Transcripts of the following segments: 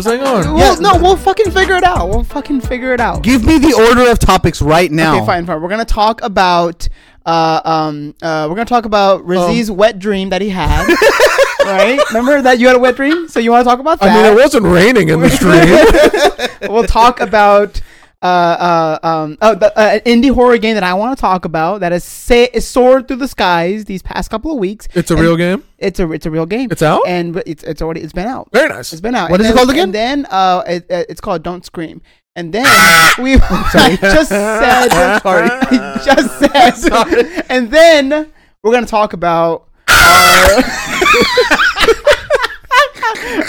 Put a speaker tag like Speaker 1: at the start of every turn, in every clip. Speaker 1: What's going on?
Speaker 2: Well, no, we'll fucking figure it out. We'll fucking figure it out.
Speaker 3: Give me the order of topics right now.
Speaker 2: Okay, fine, fine. We're gonna talk about uh um uh we're gonna talk
Speaker 1: Oh.
Speaker 2: about Rizzy's wet dream that he had. right? Remember that you had a wet dream? So you wanna talk about
Speaker 1: I
Speaker 2: that?
Speaker 1: mean, it wasn't raining in the stream.
Speaker 2: we'll talk about uh, uh, um, oh, the, uh, an indie horror game that I want to talk about that has sa- is soared through the skies these past couple of weeks.
Speaker 1: it's a
Speaker 2: And
Speaker 1: real game.
Speaker 2: It's a it's a real game.
Speaker 1: It's out?
Speaker 2: and it's it's already it's been out.
Speaker 1: Very nice.
Speaker 2: It's been out.
Speaker 3: What
Speaker 2: What
Speaker 3: is
Speaker 2: is
Speaker 3: it called again?
Speaker 2: And then uh, it, it's called Don't Scream. And then we I just said sorry. I just said And then we're gonna talk about. Uh,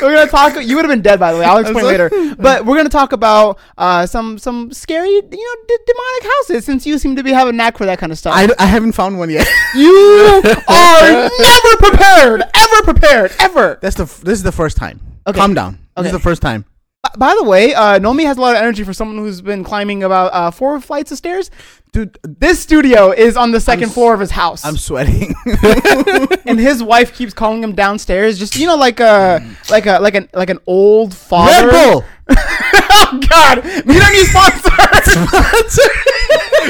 Speaker 2: we're gonna talk. You would have been dead by the way. I'll explain later. But we're gonna talk about uh, some some scary, you know, d- demonic houses. Since you seem to be having a knack for that kind of stuff.
Speaker 3: I, I haven't found one yet.
Speaker 2: you are never prepared, ever prepared, ever.
Speaker 3: That's the f- this is the first time.
Speaker 2: Okay.
Speaker 3: Calm down. This
Speaker 2: Okay.
Speaker 3: is the first time.
Speaker 2: B- By the way, uh, Nomi has a lot of energy for someone who's been climbing about uh, four flights of stairs.
Speaker 3: Dude,
Speaker 2: This studio is on the second
Speaker 3: s-
Speaker 2: floor of his house,
Speaker 3: I'm sweating.
Speaker 2: and his wife keeps calling him downstairs. Just you know, like a
Speaker 3: Mm.
Speaker 2: like a like an like an old father.
Speaker 3: Red Bull.
Speaker 2: oh God, we don't need sponsors.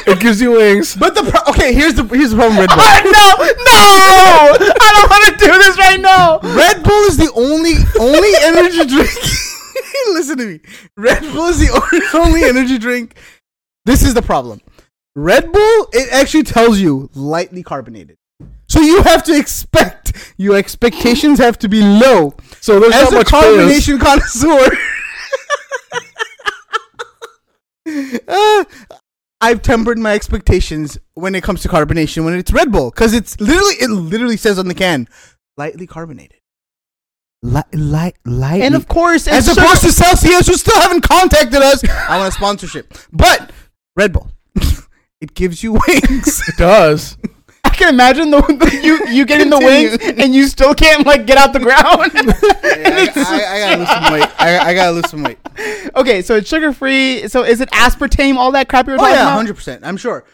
Speaker 1: It gives you wings.
Speaker 3: But the pro- okay, here's the here's the problem with Red Bull.
Speaker 2: Oh, no, no, I don't want to do this right now.
Speaker 3: Red Bull is the only only energy drink. Listen to me. Red Bull is the only, only energy drink. This is the problem. Red Bull it actually tells you lightly carbonated. So you have to expect your expectations have to be low.
Speaker 1: So there's
Speaker 3: As
Speaker 1: not
Speaker 3: a
Speaker 1: much fizz.
Speaker 3: combination connoisseur, uh, I've tempered my expectations when it comes to carbonation when it's Red Bull because it's literally it literally says on the can lightly carbonated. Light, light, light.
Speaker 2: And of course,
Speaker 3: as
Speaker 2: it's
Speaker 3: opposed to Celsius, who still haven't contacted us. I want a sponsorship, but Red Bull, it gives you wings.
Speaker 1: It does.
Speaker 2: I can imagine the, the you you get in the
Speaker 3: Continue.
Speaker 2: wings and you still can't like get out the ground. And
Speaker 3: I,
Speaker 2: it's just-
Speaker 3: I- I gotta lose some weight. I, I gotta lose some weight.
Speaker 2: Okay, so it's sugar free. So is it aspartame? All that crap you were
Speaker 3: Oh
Speaker 2: talking
Speaker 3: yeah,
Speaker 2: about.
Speaker 3: hundred percent. I'm sure.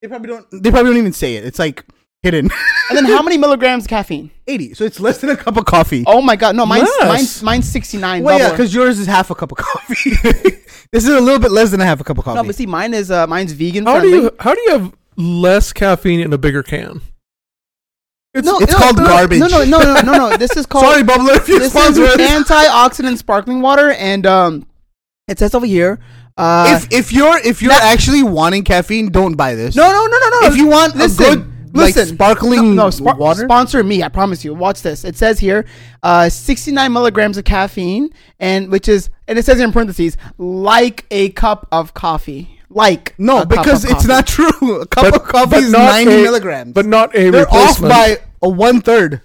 Speaker 3: They probably don't. They probably don't even say it. It's like hidden.
Speaker 2: And then how many milligrams caffeine?
Speaker 3: Eighty. So it's less than a cup of coffee.
Speaker 2: Oh my god, no, mine's
Speaker 1: Less.
Speaker 2: mine's mine's sixty nine.
Speaker 3: well, yeah, because yours is half a cup of coffee. this is a little bit less than a half a cup of coffee.
Speaker 2: no, but see, mine is uh, mine's vegan.
Speaker 1: How do
Speaker 2: friendly.
Speaker 1: you how do you have less caffeine in a bigger can? It's,
Speaker 2: No,
Speaker 3: it's
Speaker 2: no,
Speaker 3: called
Speaker 2: no,
Speaker 3: garbage.
Speaker 2: No, no, no, no, no, no. This is called.
Speaker 3: Sorry, bubbler, if you
Speaker 2: This is
Speaker 3: sponsor us.
Speaker 2: antioxidant sparkling water, and um, it says over here. Uh,
Speaker 3: If if you're if you're actually wanting caffeine, don't buy this.
Speaker 2: no, no, no, no, no.
Speaker 3: If you want a
Speaker 2: listen,
Speaker 3: good, like,
Speaker 2: listen,
Speaker 3: sparkling
Speaker 2: no, no, spar-
Speaker 3: water?
Speaker 2: Sponsor me, I promise you. Watch this. It says here, uh, 69 milligrams of caffeine, and which is, and it says in parentheses, like a cup of coffee. Like
Speaker 3: no,
Speaker 2: a cup of
Speaker 3: because it's
Speaker 2: coffee.
Speaker 3: not true. A cup
Speaker 1: But-
Speaker 3: of coffee
Speaker 1: but
Speaker 3: is
Speaker 1: not
Speaker 3: ninety
Speaker 1: a-
Speaker 3: milligrams.
Speaker 1: But not a
Speaker 3: they're off
Speaker 1: replacement.
Speaker 3: by a one third.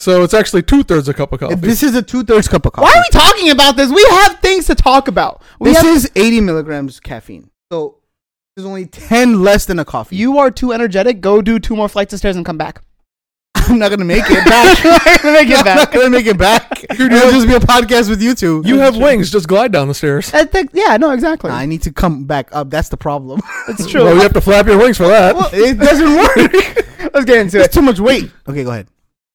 Speaker 1: so it's actually two thirds a cup of coffee.
Speaker 3: This is a two thirds cup of coffee.
Speaker 2: Oh. Why are we talking about this? We have things to talk about. We
Speaker 3: This
Speaker 2: have,
Speaker 3: is eighty milligrams caffeine. So there's only ten less than a coffee.
Speaker 2: you are too energetic. Go do two more flights of stairs and come back.
Speaker 3: I'm not gonna make it back.
Speaker 2: Make it
Speaker 3: I'm not
Speaker 2: back.
Speaker 3: gonna make it back. It'll just be a podcast with you two.
Speaker 1: you have wings. Just glide down the stairs.
Speaker 2: I think, yeah, no, exactly.
Speaker 3: I need to come back up. That's the problem.
Speaker 2: It's true.
Speaker 1: Well, you have to flap your wings for that.
Speaker 3: it doesn't work.
Speaker 2: Let's get into it.
Speaker 3: It's too much weight. Okay, go ahead.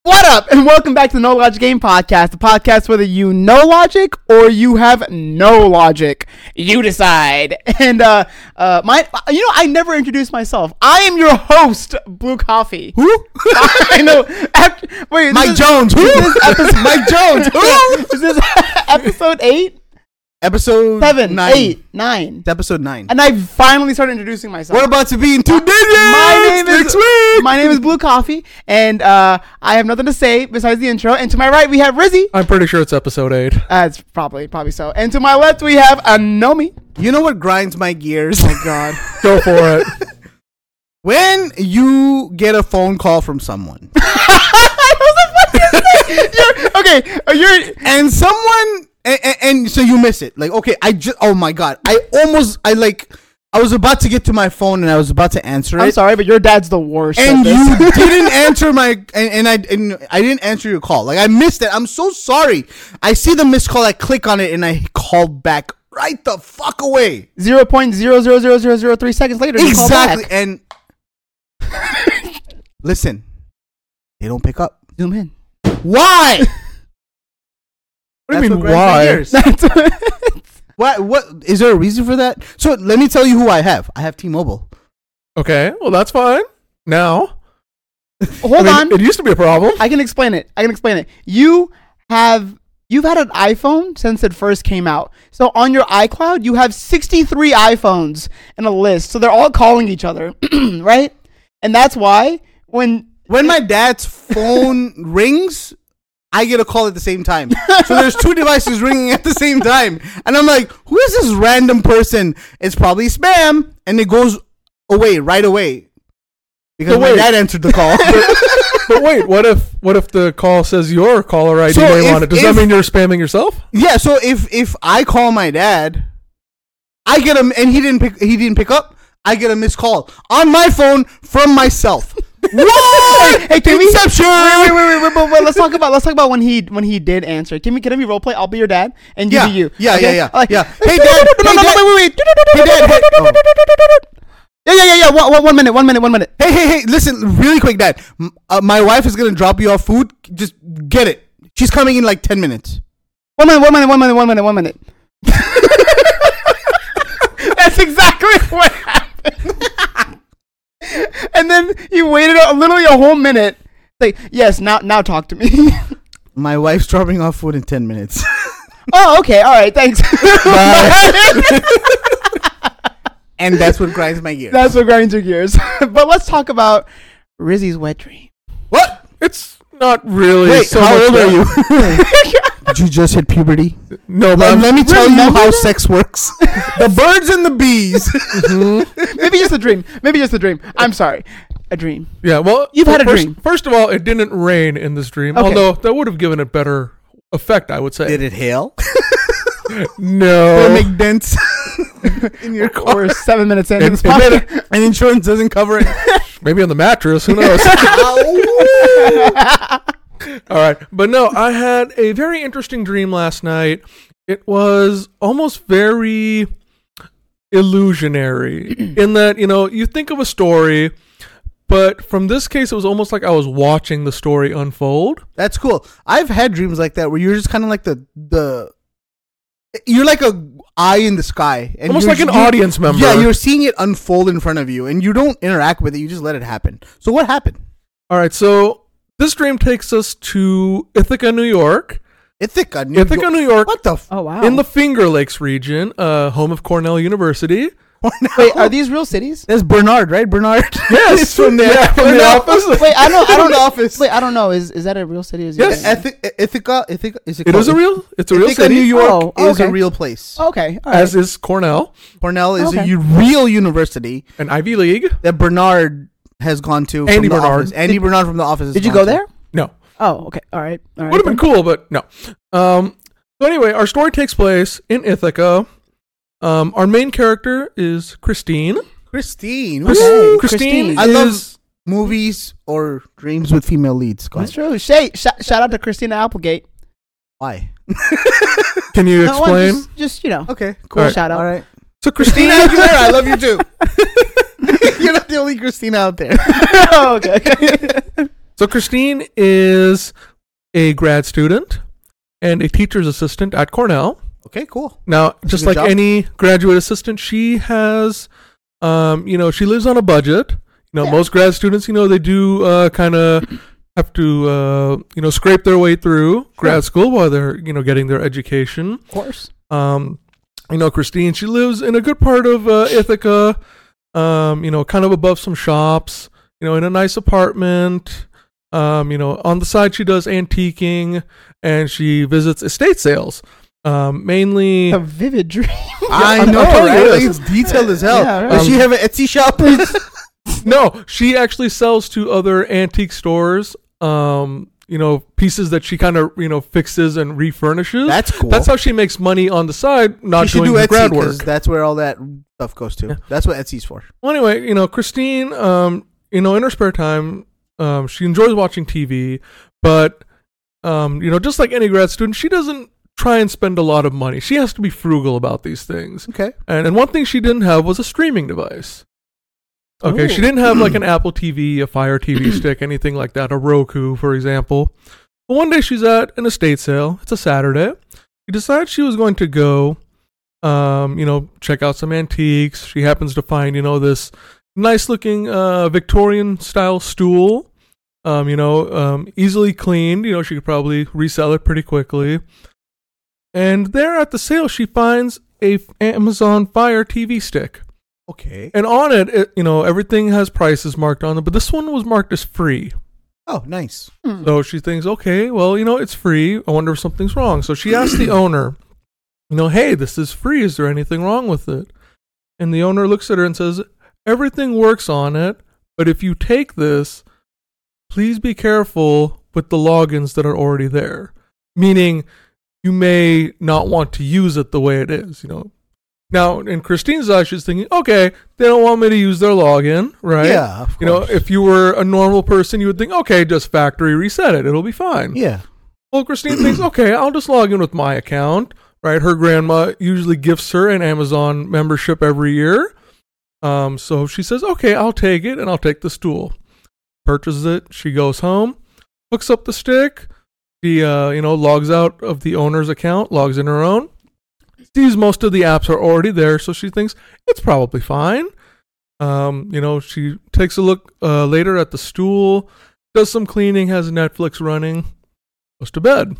Speaker 2: What up, and welcome back to the No Logic Game Podcast, the podcast whether you know logic or you have no logic, you decide. And uh, uh, my, you know, I never introduced myself. I am your host, Blue Coffee.
Speaker 3: Who?
Speaker 2: I know. After, wait, this
Speaker 3: Mike
Speaker 2: is-
Speaker 3: Jones. Who? Mike Jones. Who?
Speaker 2: This is episode eight,
Speaker 3: Episode
Speaker 2: seven,
Speaker 3: nine.
Speaker 2: eight, nine,
Speaker 3: It's episode nine.
Speaker 2: and I finally started introducing myself.
Speaker 3: We're about to be in two digits.
Speaker 2: My name is-
Speaker 3: next week.
Speaker 2: my name is Blue Coffee, and uh, I have nothing to say besides the intro. And to my right, we have Rizzy.
Speaker 1: I'm pretty sure it's episode eight.
Speaker 2: Uh, it's probably probably so. And to my left we have Anomi.
Speaker 3: you know what grinds my gears? Oh my god.
Speaker 1: Go for it.
Speaker 3: when you get a phone call from someone
Speaker 2: okay, uh, you're
Speaker 3: and someone and, and, and so you miss it like okay i just oh my god i almost i like i was about to get to my phone and i was about to answer
Speaker 2: I'm
Speaker 3: it
Speaker 2: sorry, but your dad's the worst. at
Speaker 3: and
Speaker 2: this.
Speaker 3: you didn't answer my and, and i and i didn't answer your call like i missed it i'm so sorry i see the missed call i click on it and i call back right the fuck away
Speaker 2: zero point zero zero zero zero zero three seconds later. you call
Speaker 3: exactly
Speaker 2: back.
Speaker 3: and Listen, they don't pick up.
Speaker 2: Zoom in.
Speaker 3: Why?
Speaker 1: What do
Speaker 3: That's
Speaker 1: you mean,
Speaker 3: what Grand
Speaker 1: why?
Speaker 3: Fingers-
Speaker 2: That's
Speaker 3: Why? What is there a reason for that? So let me tell you who I have. I have T-Mobile.
Speaker 1: Okay, well, that's fine. Now,
Speaker 2: Hold
Speaker 1: I mean,
Speaker 2: on.
Speaker 1: It used to be a problem.
Speaker 2: I can explain it. I can explain it. You have you've had an iPhone since it first came out. So on your iCloud, you have 63 iPhones in a list. So they're all calling each other, right? And that's why when
Speaker 3: When my dad's phone rings, I get a call at the same time. So there's two devices ringing at the same time, and I'm like, "Who is this random person?" It's probably spam, and it goes away right away because
Speaker 1: So
Speaker 3: my
Speaker 1: wait.
Speaker 3: dad answered the call.
Speaker 1: But wait, what if what if the call says your caller ID
Speaker 3: So
Speaker 1: name
Speaker 3: if-
Speaker 1: on it? Does
Speaker 3: if-
Speaker 1: that mean you're spamming yourself?
Speaker 3: yeah, so if if I call my dad, I get him, and he didn't pick. He didn't pick up. I get a missed call on my phone from myself. what?
Speaker 2: Hey, can we-
Speaker 3: Inception!
Speaker 2: Wait, wait, wait, wait, but wait, let's talk about let's talk about when he when he did answer. Can we can I be roleplay? I'll be your dad and you
Speaker 3: Yeah,
Speaker 2: be you.
Speaker 3: yeah,
Speaker 2: okay?
Speaker 3: yeah, yeah,
Speaker 2: Like-
Speaker 3: yeah. Hey, Dad,
Speaker 2: No,
Speaker 3: hey,
Speaker 2: no, no,
Speaker 3: Dad.
Speaker 2: wait, wait, wait.
Speaker 3: Hey, Dad, hey- oh.
Speaker 2: Yeah, yeah, yeah, yeah. One, one- one minute, one minute, one minute.
Speaker 3: Hey, hey, hey, listen, really quick, Dad. M- Uh, my wife is going to drop you off food. Just get it. She's coming in like 10 minutes.
Speaker 2: One minute, one minute, one minute, one minute, one minute. That's exactly what happened. and then you waited a, literally a whole minute. Like, yes, now now talk to me.
Speaker 3: My wife's dropping off food in 10 minutes.
Speaker 2: oh, okay, all right, thanks.
Speaker 3: and that's what grinds my gears.
Speaker 2: That's what grinds your gears. but let's talk about Rizzy's wet dream.
Speaker 3: what?
Speaker 1: It's not really.
Speaker 3: Wait,
Speaker 1: so
Speaker 3: how
Speaker 1: much
Speaker 3: old are
Speaker 1: that-
Speaker 3: you? Did you just hit puberty?
Speaker 1: No, but
Speaker 3: Let, let
Speaker 1: I'm-
Speaker 3: me tell you
Speaker 2: Remember
Speaker 3: how
Speaker 2: that?
Speaker 3: sex works. the birds and the bees.
Speaker 2: Maybe just a dream. Maybe just a dream. I'm sorry. A dream.
Speaker 1: yeah. Well,
Speaker 2: You've had a
Speaker 1: first,
Speaker 2: dream.
Speaker 1: First of all, it didn't rain in this dream,
Speaker 2: Okay.
Speaker 1: although that would have given it better effect, I would say.
Speaker 3: it hail?
Speaker 1: No,
Speaker 3: Or make dents in your car?
Speaker 2: We're seven minutes in.
Speaker 1: It-
Speaker 2: this
Speaker 1: it made
Speaker 2: podcast.
Speaker 3: And insurance doesn't cover it.
Speaker 1: maybe on the mattress. Who knows? All right. But no, I had a very interesting dream last night. It was almost very illusionary in that, you know, you think of a story, but from this case, it was almost like I was watching the story unfold.
Speaker 3: That's cool. I've had dreams like that where you're just kind of like the the you're like a eye in the sky, and
Speaker 1: Almost
Speaker 3: you're-
Speaker 1: like an
Speaker 3: you-
Speaker 1: audience member.
Speaker 3: Yeah, you're seeing it unfold in front of you, and you don't interact with it. You just let it happen. So what happened?
Speaker 1: All right. So this dream takes us to Ithaca, New York.
Speaker 3: Ithaca, New
Speaker 1: Ithaca,
Speaker 3: York.
Speaker 1: New York,
Speaker 3: What the? F-
Speaker 2: Oh wow.
Speaker 1: in the Finger Lakes region, uh, home of Cornell University.
Speaker 2: Oh. Wait, are these real cities?
Speaker 3: That's Bernard, right? Bernard.
Speaker 1: Yes.
Speaker 3: It's from the,
Speaker 1: Yeah,
Speaker 3: from
Speaker 1: from
Speaker 3: the
Speaker 1: the
Speaker 3: office.
Speaker 2: Wait, I don't. I
Speaker 3: From
Speaker 2: don't
Speaker 3: the
Speaker 2: know.
Speaker 3: office.
Speaker 2: Wait, I don't know. Is is that a real city? Or is it-
Speaker 1: Yes.
Speaker 3: Ethi- Ithaca, Ithaca. Is Oh, it?
Speaker 1: It is a
Speaker 3: called-
Speaker 1: real. It's a real
Speaker 3: Ithaca,
Speaker 1: city.
Speaker 3: New York
Speaker 2: Oh,
Speaker 3: is a
Speaker 2: okay.
Speaker 3: real place.
Speaker 2: Okay. All right.
Speaker 1: as is Cornell,
Speaker 3: Cornell is a
Speaker 2: Okay.
Speaker 3: u- real university
Speaker 1: an Ivy League.
Speaker 3: that Bernard has gone to.
Speaker 1: Andy
Speaker 3: from the
Speaker 1: Bernard.
Speaker 3: Office. Andy Bernard from the office. has
Speaker 2: Did you
Speaker 3: gone to.
Speaker 2: go there?
Speaker 1: No,
Speaker 2: Oh, okay. All right. All right.
Speaker 1: would have been cool, but no. Um, so anyway, our story takes place in Ithaca. Um, our main character is Christine.
Speaker 3: Christine.
Speaker 2: Christine.
Speaker 3: Woo!
Speaker 2: Ooh,
Speaker 1: Christine,
Speaker 2: Christine.
Speaker 3: I
Speaker 1: is
Speaker 3: love movies or dreams with female leads. Go
Speaker 2: That's
Speaker 3: ahead.
Speaker 2: true. Shay, sh- shout out to Christina Applegate.
Speaker 3: Why?
Speaker 1: Can you
Speaker 2: No, well,
Speaker 1: explain?
Speaker 2: Oh, Just, just you know,
Speaker 3: Okay,
Speaker 2: cool
Speaker 1: all right.
Speaker 2: shout out.
Speaker 3: All right.
Speaker 1: So
Speaker 3: Christina
Speaker 1: Christina,
Speaker 3: Aguilera, I love you too. You're not the only Christina out there.
Speaker 2: Oh, okay.
Speaker 1: so Christine is a grad student and a teacher's assistant at Cornell.
Speaker 3: Okay, cool.
Speaker 1: Now, just
Speaker 3: good
Speaker 1: like
Speaker 3: job.
Speaker 1: any graduate assistant, she has, um, you know, she lives on a budget. You know,
Speaker 2: Yeah.
Speaker 1: most grad students, you know, they do uh, kind of have to, uh, you know, scrape their way through grad school while they're, you know, getting their education.
Speaker 2: of course.
Speaker 1: Um, you know, Christine, she lives in a good part of uh, Ithaca. Um, you know, kind of above some shops. You know, in a nice apartment. Um, you know, on the side she does antiquing and she visits estate sales. Um, mainly
Speaker 2: A vivid dream.
Speaker 3: I
Speaker 1: I'm
Speaker 3: know,
Speaker 1: telling you
Speaker 3: right? Like,
Speaker 1: this.
Speaker 3: it's detailed as hell.
Speaker 2: Yeah, right.
Speaker 3: Does she
Speaker 1: Um,
Speaker 3: have an Etsy shop?
Speaker 1: No, she actually sells to other antique stores. Um, you know, pieces that she kind of you know fixes and refurnishes.
Speaker 3: That's cool.
Speaker 1: That's how she makes money on the side,
Speaker 3: she
Speaker 1: not
Speaker 3: should
Speaker 1: doing
Speaker 3: do
Speaker 1: the
Speaker 3: Etsy
Speaker 1: grad
Speaker 3: 'cause
Speaker 1: work.
Speaker 3: that's where all that stuff goes to.
Speaker 1: Yeah.
Speaker 3: That's what Etsy's for.
Speaker 1: well, anyway, you know, Christine, um, you know, in her spare time, um, she enjoys watching TV, but um, you know, just like any grad student, she doesn't try and spend a lot of money. She has to be frugal about these things.
Speaker 3: Okay.
Speaker 1: And and one thing she didn't have was a streaming device. Okay, she
Speaker 2: Ooh.
Speaker 1: didn't have like an Apple TV, a Fire TV stick, anything like that, a Roku, for example. But one day she's at an estate sale. It's a Saturday. She decides she was going to go, um, you know, check out some antiques. She happens to find, you know, this nice looking uh, Victorian style stool, um, you know, um, easily cleaned. You know, she could probably resell it pretty quickly. And there at the sale, she finds a f- Amazon Fire TV stick.
Speaker 3: Okay.
Speaker 1: And on it, it, you know, everything has prices marked on it, but this one was marked as free.
Speaker 3: Oh, nice.
Speaker 1: So she thinks, okay, well, you know, it's free. I wonder if something's wrong. So she asks the owner, you know, hey, this is free. Is there anything wrong with it? And the owner looks at her and says, everything works on it, but if you take this, please be careful with the logins that are already there. Meaning, you may not want to use it the way it is, you know. Now, in Christine's eyes, she's thinking, okay, they don't want me to use their login, right?
Speaker 3: Yeah, of
Speaker 1: You know,
Speaker 3: course.
Speaker 1: if you were a normal person, you would think, okay, just factory reset it. It'll be fine.
Speaker 3: Yeah.
Speaker 1: Well, Christine thinks, okay, I'll just log in with my account, right? Her grandma usually gifts her an Amazon membership every year. Um, so she says, okay, I'll take it and I'll take the stool. Purchases it. She goes home, hooks up the stick. She, uh, you know, logs out of the owner's account, logs in her own. Sees most of the apps are already there, so she thinks it's probably fine. Um, you know, she takes a look uh, later at the stool, does some cleaning, has Netflix running goes to bed,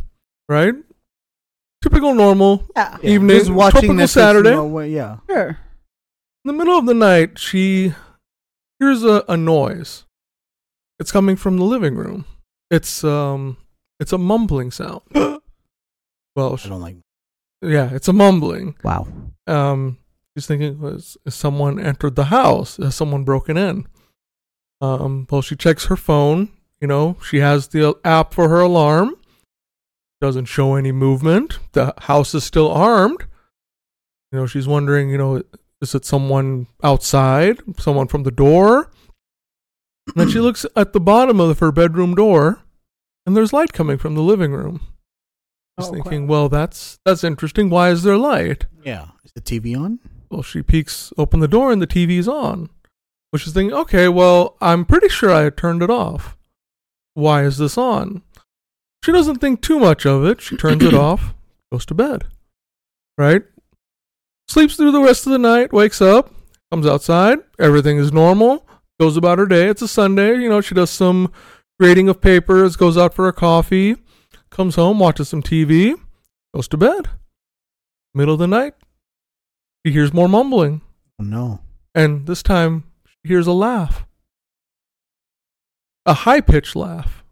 Speaker 1: right? Typical normal
Speaker 2: Yeah.
Speaker 1: evening,
Speaker 3: Just watching
Speaker 1: tropical
Speaker 3: Netflix,
Speaker 1: Saturday.
Speaker 3: you know, wh- yeah.
Speaker 2: Sure.
Speaker 1: In the middle of the night, she hears a, a noise. It's coming from the living room. It's um, it's a mumbling sound. well,
Speaker 3: I
Speaker 1: sh
Speaker 3: don't like.
Speaker 1: yeah, it's a mumbling.
Speaker 2: Wow.
Speaker 1: Um, she's thinking, was has someone entered the house? Has someone broken in? Um, well, she checks her phone. You know, she has the app for her alarm. Doesn't show any movement. The house is still armed. You know, she's wondering, you know, is it someone outside? Someone from the door? And then she looks at the bottom of her bedroom door, and there's light coming from the living room. She's
Speaker 2: Oh, crap.
Speaker 1: thinking, well, that's that's interesting. Why is there light?
Speaker 3: Yeah. Is the TV on?
Speaker 1: Well, she peeks open the door and the TV's on. Well, she's thinking, okay, well, I'm pretty sure I turned it off. Why is this on? She doesn't think too much of it. She turns it off, goes to bed. Right? Sleeps through the rest of the night, wakes up, comes outside, everything is normal, goes about her day. It's a Sunday, you know, she does some grading of papers, goes out for a coffee, comes home, watches some TV, goes to bed. Middle of the night, she hears more mumbling,
Speaker 3: Oh, no.
Speaker 1: and this time she hears a laugh. A high pitched laugh.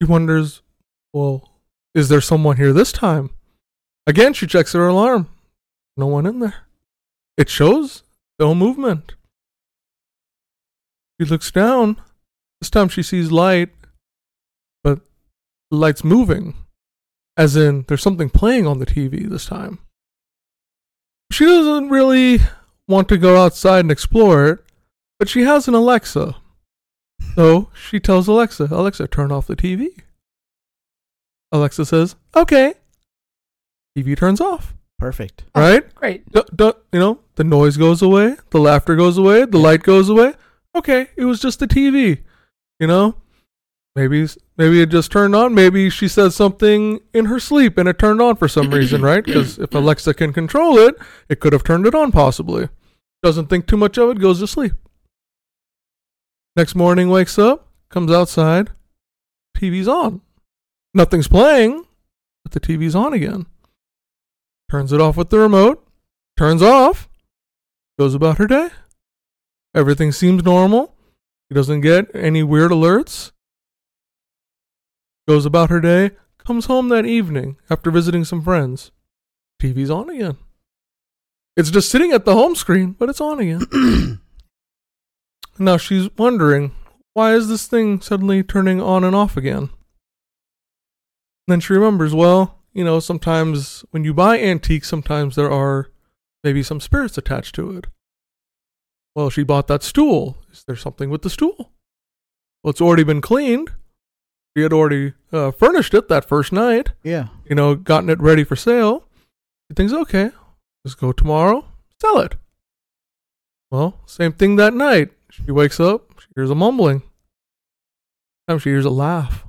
Speaker 1: She wonders, well, is there someone here this time? Again, she checks her alarm. No one in there. It shows no movement. She looks down. This time she sees light, but the light's moving. As in, there's something playing on the TV this time. She doesn't really want to go outside and explore it, but she has an Alexa. So she tells Alexa, Alexa, turn off the TV. Alexa says, okay. TV turns off,
Speaker 3: Perfect.
Speaker 2: Oh.
Speaker 1: right?
Speaker 2: Great.
Speaker 1: Du- du- you know, the noise goes away, the laughter goes away, the light goes away. Okay, it was just the TV. You know, maybe maybe it just turned on. Maybe she said something in her sleep and it turned on for some reason, right? Because if Alexa can control it, it could have turned it on possibly. Doesn't think too much of it, goes to sleep. Next morning, wakes up, comes outside, TV's on. Nothing's playing, but the TV's on again. Turns it off with the remote turns off, goes about her day. Everything seems normal. She doesn't get any weird alerts. Goes about her day, comes home that evening after visiting some friends. TV's on again. It's just sitting at the home screen, but it's on again. now she's wondering, why is this thing suddenly turning on and off again? Then she remembers, well, you know, sometimes when you buy antiques, sometimes there are maybe some spirits attached to it. Well, she bought that stool. Is there something with the stool? Well, it's already been cleaned. She had already uh, furnished it that first night,
Speaker 3: Yeah.
Speaker 1: you know, gotten it ready for sale. She thinks, okay, just go tomorrow, sell it. Well, same thing that night. She wakes up, she hears a mumbling. Time she hears a laugh,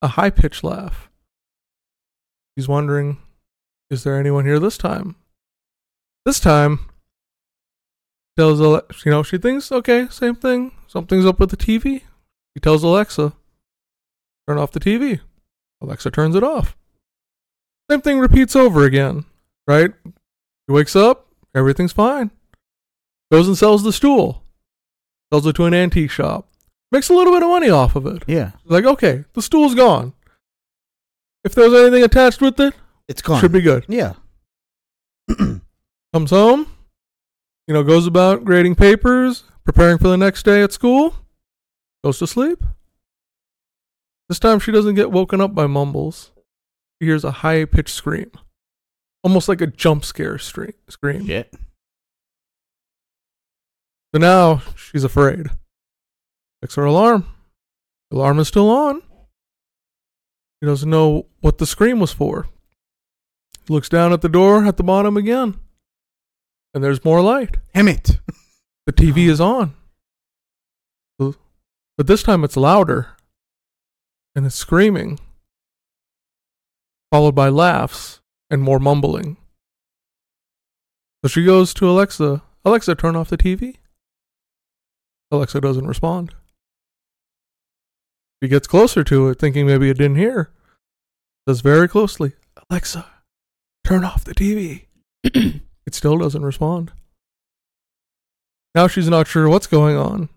Speaker 1: a high pitched laugh. She's wondering, is there anyone here this time? This time, tells Ale- you know she thinks okay, same thing. Something's up with the TV. She tells Alexa, turn off the TV. Alexa turns it off. Same thing repeats over again, right? She wakes up, everything's fine. Goes and sells the stool. Sells it to an antique shop. Makes a little bit of money off of it.
Speaker 3: Yeah,
Speaker 1: Like, okay, the stool's gone. If there's anything attached with it,
Speaker 3: it's gone.
Speaker 1: should be good.
Speaker 3: Yeah,
Speaker 1: Comes home, you know, goes about grading papers, preparing for the next day at school, goes to sleep. This time she doesn't get woken up by mumbles. She hears a high pitched scream, almost like a jump scare stre- scream.
Speaker 3: shit.
Speaker 1: So now she's afraid. Checks her alarm. The alarm is still on. She doesn't know what the scream was for. Looks down at the door at the bottom again. And there's more light.
Speaker 3: Damn it!
Speaker 1: The TV is on. But this time it's louder. And it's screaming. Followed by laughs and more mumbling. So she goes to Alexa. Alexa, turn off the TV. Alexa doesn't respond. She gets closer to it, thinking maybe it didn't hear. Says very closely, Alexa, turn off the TV. it still doesn't respond. Now she's not sure what's going on.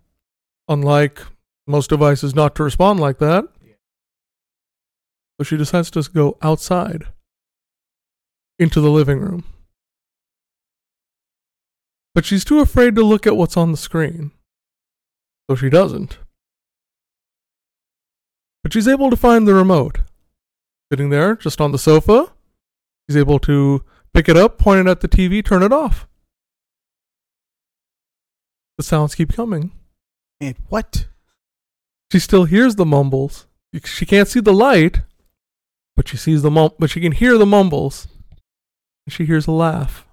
Speaker 1: Unlike most devices not to respond like that. So she decides to go outside into the living room. But she's too afraid to look at what's on the screen. So she doesn't. But she's able to find the remote. Sitting there, just on the sofa, she's able to pick it up, point it at the TV, turn it off. The sounds keep coming.
Speaker 3: And what?
Speaker 1: She still hears the mumbles. She can't see the light, but she sees the mum- but she can hear the mumbles. And she hears a laugh.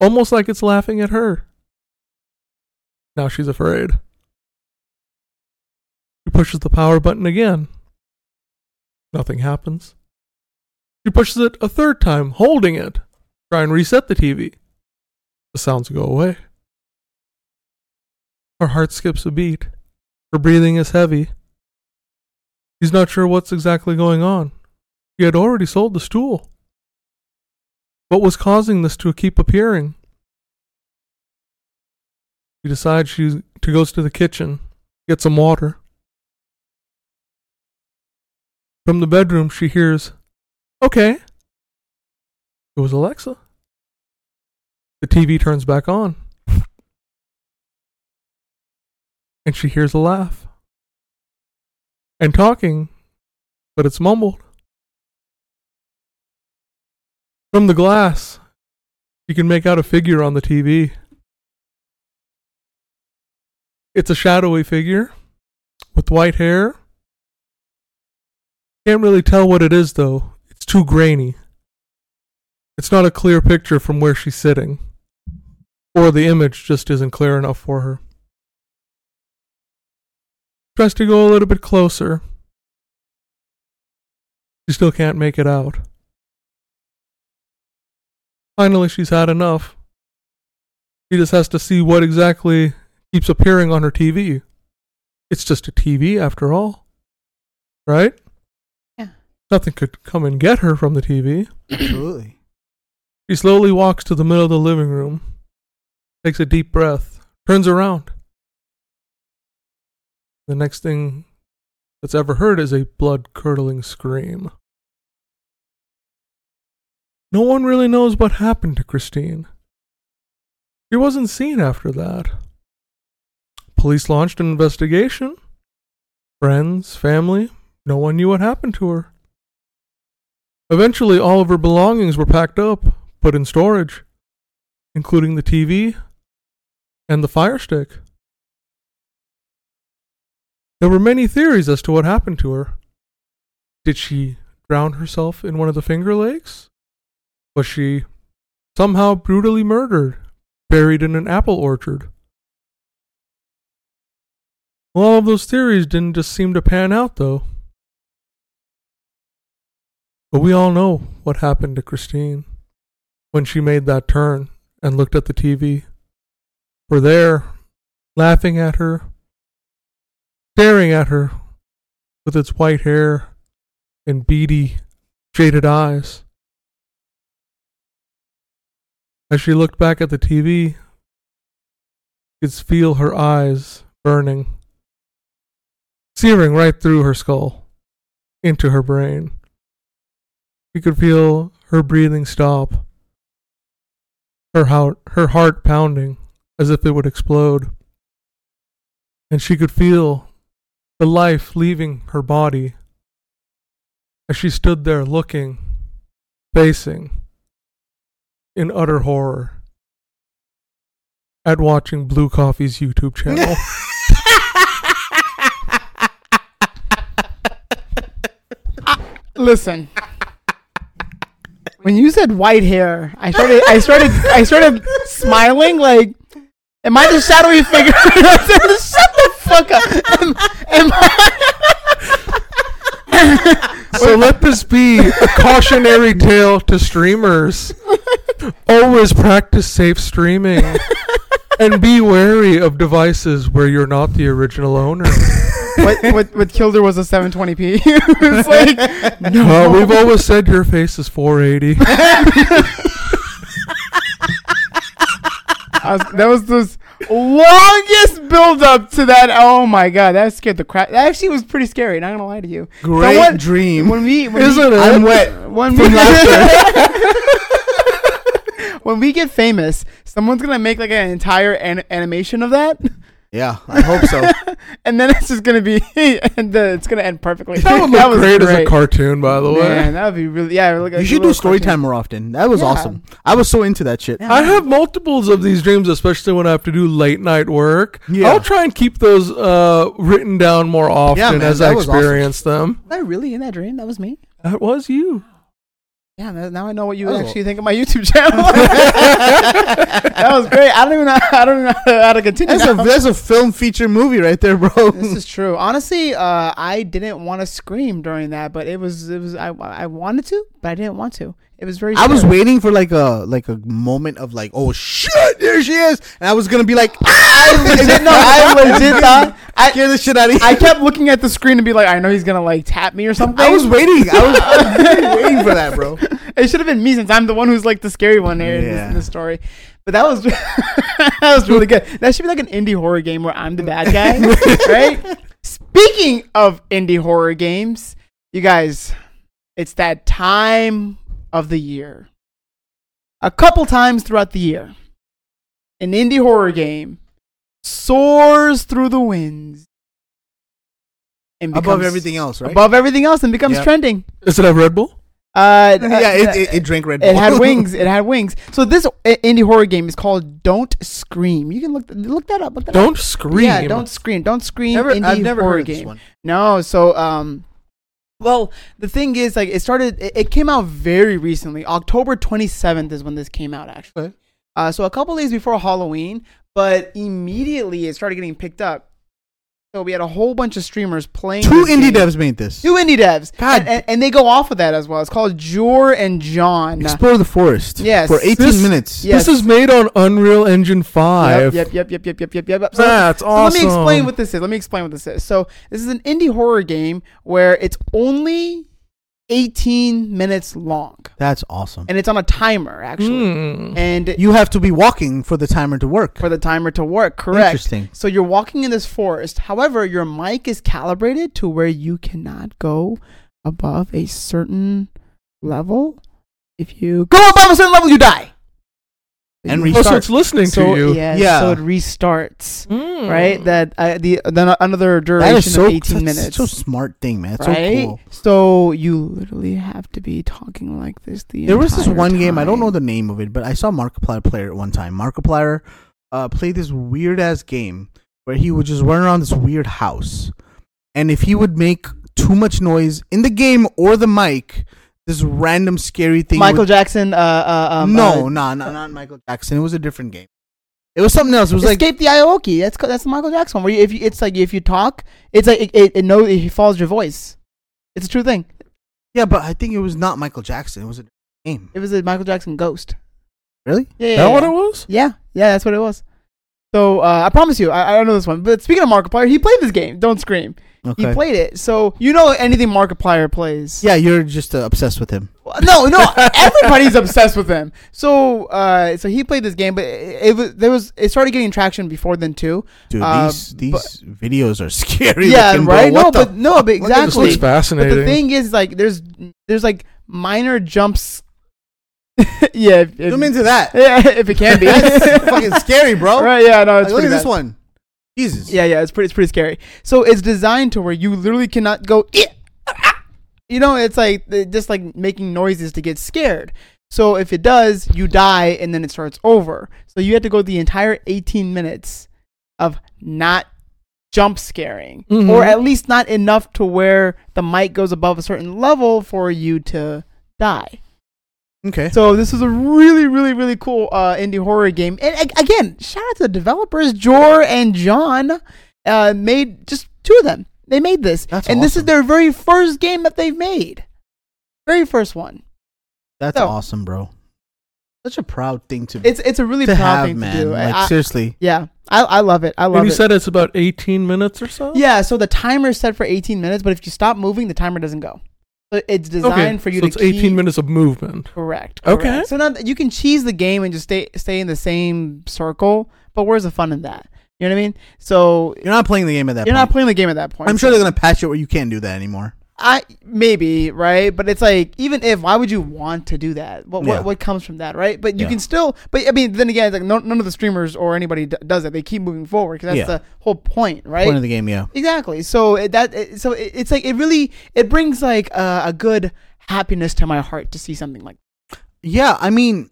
Speaker 1: Almost like it's laughing at her. Now she's afraid. She pushes the power button again. Nothing happens. She pushes it a third time, holding it. Try and reset the TV. The sounds go away. Her heart skips a beat. Her breathing is heavy. She's not sure what's exactly going on. She had already sold the stool. What was causing this to keep appearing? She decides she to goes to the kitchen, get some water. From the bedroom she hears, "Okay." It was Alexa. The TV turns back on. and she hears a laugh and talking, but it's mumbled. From the glass, you can make out a figure on the TV. It's a shadowy figure with white hair. Can't really tell what it is, though. It's too grainy. It's not a clear picture from where she's sitting, or the image just isn't clear enough for her tries to go a little bit closer. She still can't make it out. Finally, she's had enough. She just has to see what exactly keeps appearing on her TV. It's just a TV after all. Right?
Speaker 2: Yeah.
Speaker 1: Nothing could come and get her from the TV.
Speaker 3: Absolutely.
Speaker 1: She slowly walks to the middle of the living room, takes a deep breath, turns around. The next thing that's ever heard is a blood curdling scream. No one really knows what happened to Christine. She wasn't seen after that. Police launched an investigation. Friends, family, no one knew what happened to her. Eventually, all of her belongings were packed up, put in storage, including the TV and the fire stick. There were many theories as to what happened to her. Did she drown herself in one of the Finger Lakes? Was she somehow brutally murdered buried in an apple orchard. Well, all of those theories didn't just seem to pan out, though. But we all know what happened to Christine when she made that turn and looked at the TV. We're there, laughing at her, staring at her with its white hair and beady, jaded eyes. As she looked back at the TV, you could feel her eyes burning, searing right through her skull, into her brain. You could feel her breathing stop, her heart, her heart pounding as if it would explode. And she could feel the life leaving her body as she stood there looking, facing, in utter horror at watching Blue Coffee's YouTube channel.
Speaker 2: Listen. When you said white hair, I started I started I started smiling like am I the shadowy figure? I said, Shut the fuck up. Am, am I
Speaker 1: so let this be a cautionary tale to streamers. Always practice safe streaming and be wary of devices where you're not the original owner.
Speaker 2: what, what what killed her was a 720p. it's like
Speaker 1: Well, Uh, we've always said your face is 480.
Speaker 2: I was, that was the longest build up to that. Oh my god, that scared the crap. That actually was pretty scary. Not gonna lie to you.
Speaker 3: Great
Speaker 2: Someone-
Speaker 3: dream.
Speaker 2: When we when
Speaker 1: Isn't
Speaker 2: we,
Speaker 1: it?
Speaker 3: I'm wet.
Speaker 2: When
Speaker 3: From
Speaker 2: we, when we get famous, someone's gonna make like an entire an- animation of that,
Speaker 3: Yeah, I hope so.
Speaker 2: and then it's just gonna be and the, it's gonna end perfectly.
Speaker 1: That would look
Speaker 2: was
Speaker 1: great, as a cartoon, by the way.
Speaker 2: Man, that would be really yeah. Like a
Speaker 3: you should
Speaker 2: little
Speaker 3: do story
Speaker 2: cartoon.
Speaker 3: time more often. That was
Speaker 2: Yeah.
Speaker 3: awesome. I was so into that shit.
Speaker 1: I have multiples of these dreams, especially when I have to do late night work.
Speaker 3: Yeah.
Speaker 1: I'll try and keep those uh, written down more often
Speaker 3: man,
Speaker 1: as
Speaker 3: that
Speaker 1: I
Speaker 3: was awesome.
Speaker 1: experience them.
Speaker 2: Was I really in that dream? That was me.
Speaker 1: That was you.
Speaker 2: Yeah, now- now I know what you
Speaker 3: Oh.
Speaker 2: actually think of my YouTube channel. that was great. I don't even know. I don't even know how to continue.
Speaker 3: That's a
Speaker 2: now.
Speaker 3: that's a film feature movie right there, bro.
Speaker 2: this is true. Honestly, uh, I didn't want to scream during that, but it was it was I I wanted to, but I didn't want to. It was very.
Speaker 3: I was
Speaker 2: scary.
Speaker 3: waiting for like a like a moment of like, oh shit, there she is, and I was gonna be like, "Ah!" I legit,
Speaker 2: no, I legit thought-
Speaker 3: I scare the shit out of you.
Speaker 2: I kept looking at the screen and be like, I know he's gonna like tap me or something.
Speaker 3: I was waiting. I was I was really waiting for that, bro.
Speaker 2: It should have been me since I'm the one who's like the scary one here in, this,
Speaker 3: Yeah.
Speaker 2: in this story. But that was that was really good. That should be like an indie horror game where I'm the bad guy, right? Speaking of indie horror games, you guys, it's that time of the year. A couple times throughout the year, an indie horror game soars through the winds and
Speaker 3: Above
Speaker 2: becomes-
Speaker 3: everything else, right?
Speaker 2: above everything else, and becomes
Speaker 3: Yep.
Speaker 2: trending.
Speaker 1: Is it have Red Bull?
Speaker 2: Uh,
Speaker 3: yeah, it, it, it drank Red Bull.
Speaker 2: it had wings. It had wings. So this i- indie horror game is called Don't Scream. You can look look that up. Look that up.
Speaker 1: Don't scream.
Speaker 2: Yeah, don't scream. Don't scream.
Speaker 3: Never-
Speaker 2: indie
Speaker 3: I've never
Speaker 2: horror
Speaker 3: heard of
Speaker 2: game.
Speaker 3: this one.
Speaker 2: No. So um, well, the thing is, like, it started. It, it came out very recently. October twenty seventh is when this came out, actually.
Speaker 3: Okay.
Speaker 2: Uh, so a couple days before Halloween, but immediately it started getting picked up. So we had a whole bunch of streamers playing.
Speaker 3: Two
Speaker 2: this
Speaker 3: indie
Speaker 2: game.
Speaker 3: devs made this.
Speaker 2: Two indie devs.
Speaker 3: God.
Speaker 2: And, and, and they go off of that as well. It's called Jor and John.
Speaker 3: Explore the forest.
Speaker 2: Yes.
Speaker 3: for eighteen
Speaker 1: This-
Speaker 3: minutes.
Speaker 2: uh, yes.
Speaker 1: This is made on Unreal Engine
Speaker 2: Yep,
Speaker 1: 5.
Speaker 2: yep, yep, yep, yep, yep, yep. yep. So,
Speaker 1: That's
Speaker 2: so
Speaker 1: awesome.
Speaker 2: let me explain what this is. Let me explain what this is. So this is an indie horror game where it's only 18 minutes long,
Speaker 3: That's awesome.
Speaker 2: and it's on a timer actually,
Speaker 1: Hmm.
Speaker 2: and
Speaker 3: you have to be walking for the timer to work.
Speaker 2: for the timer to work. Correct.
Speaker 3: Interesting.
Speaker 2: So you're walking in this forest. However, your mic is calibrated to where you cannot go above a certain level. If you go above a certain level, you die.
Speaker 3: And
Speaker 1: Oh, so
Speaker 3: Restart.
Speaker 1: it's listening
Speaker 2: So,
Speaker 1: to you.
Speaker 2: yeah,
Speaker 3: Yeah.
Speaker 2: so it restarts.
Speaker 1: Hmm.
Speaker 2: right? That uh, the then another duration
Speaker 3: That is so.
Speaker 2: of eighteen
Speaker 3: that's
Speaker 2: minutes,
Speaker 3: such a smart thing, man. It's
Speaker 2: right?
Speaker 3: so cool.
Speaker 2: So you literally have to be talking like this the
Speaker 3: There was this
Speaker 2: entire
Speaker 3: one game I don't
Speaker 2: time.
Speaker 3: know the name of it, but I saw Markiplier play it one time. Markiplier uh, played this weird ass game where he would just run around this weird house, and if he would make too much noise in the game or the mic, this random scary thing.
Speaker 2: Michael
Speaker 3: would,
Speaker 2: Jackson. Uh, uh, um,
Speaker 3: no,
Speaker 2: uh,
Speaker 3: no, no, not Michael Jackson. It was a different game. It was something else. It was like
Speaker 2: Escape the Aoki. That's co- that's the Michael Jackson one where you, if you, it's like if you talk, it's like it it, it knows it follows your voice. It's a true thing.
Speaker 3: yeah, but I think it was not Michael Jackson. It was a name.
Speaker 2: It was a Michael Jackson ghost.
Speaker 3: Really?
Speaker 2: Yeah, yeah,
Speaker 1: that
Speaker 2: yeah.
Speaker 1: what it was?
Speaker 2: Yeah, yeah, that's what it was. So uh, I promise you, I, I don't know this one. But speaking of Markiplier, he played this game. Don't scream.
Speaker 3: Okay.
Speaker 2: He played it, so you know anything Markiplier plays.
Speaker 3: yeah, you're just uh, obsessed with him.
Speaker 2: No, no, everybody's obsessed with him. So, uh, so he played this game, but it, it was there was it started getting traction before then too.
Speaker 3: Dude,
Speaker 2: Uh,
Speaker 3: these these videos are scary.
Speaker 2: yeah,
Speaker 3: looking, bro.
Speaker 2: right.
Speaker 3: What the
Speaker 2: No, but no, but
Speaker 1: Look at This
Speaker 2: exactly.
Speaker 1: looks fascinating.
Speaker 2: But the thing is, like, there's there's like minor jumps. yeah, if, if,
Speaker 3: Zoom into that.
Speaker 2: yeah, if it can be.
Speaker 3: That's fucking scary, bro.
Speaker 2: right? Yeah, no, it's
Speaker 3: Like, look
Speaker 2: pretty
Speaker 3: at this
Speaker 2: bad.
Speaker 3: one. Jesus.
Speaker 2: Yeah, yeah, it's pretty, it's pretty scary. So it's designed to where you literally cannot go. "Eh, ah, ah." You know, it's like they're just like making noises to get scared. So if it does, you die, and then it starts over. So you had to go the entire 18 minutes of not jump scaring,
Speaker 1: Mhm.
Speaker 2: or at least not enough to where the mic goes above a certain level for you to die.
Speaker 3: Okay.
Speaker 2: So this is a really, really, really cool uh, indie horror game. And ag- again, shout out to the developers, Jor and John. Uh, made just two of them. They made this,
Speaker 3: That's
Speaker 2: and this is
Speaker 3: awesome.
Speaker 2: their very first game that they've made. Very first one.
Speaker 3: That's
Speaker 2: so-
Speaker 3: awesome, bro. Such a proud thing to
Speaker 2: It's it's a really
Speaker 3: to
Speaker 2: proud
Speaker 3: have,
Speaker 2: thing
Speaker 3: man.
Speaker 2: to do. I-
Speaker 3: Like
Speaker 2: I-
Speaker 3: seriously.
Speaker 2: yeah, I, I love it. I love
Speaker 1: and you
Speaker 2: it.
Speaker 1: said it's about 18 minutes or so?
Speaker 2: yeah, so the timer is set for 18 minutes, but if you stop moving, the timer doesn't go. So it's designed for you
Speaker 1: so
Speaker 2: to
Speaker 1: it's 18
Speaker 2: keep-
Speaker 1: minutes of movement.
Speaker 2: Correct.
Speaker 1: Okay.
Speaker 2: correct. So now that you can cheese the game and just stay stay in the same circle, but where's the fun in that? You know what I mean? So
Speaker 3: You're not playing the game at that
Speaker 2: you're
Speaker 3: point.
Speaker 2: not playing the game at that point.
Speaker 3: I'm sure they're gonna patch it where you can't do that anymore.
Speaker 2: I maybe right, but it's like even if why would you want to do that? What
Speaker 3: Yeah.
Speaker 2: what, what comes from that, right? But you
Speaker 3: Yeah.
Speaker 2: can still. But I mean, then again, it's like no, none of the streamers or anybody d- does it. They keep moving forward because that's
Speaker 3: Yeah.
Speaker 2: the whole point, right?
Speaker 3: Point of the game, yeah.
Speaker 2: Exactly. So it, that it, so it, it's like it really it brings like uh, a good happiness to my heart to see something like.
Speaker 3: Yeah, I mean,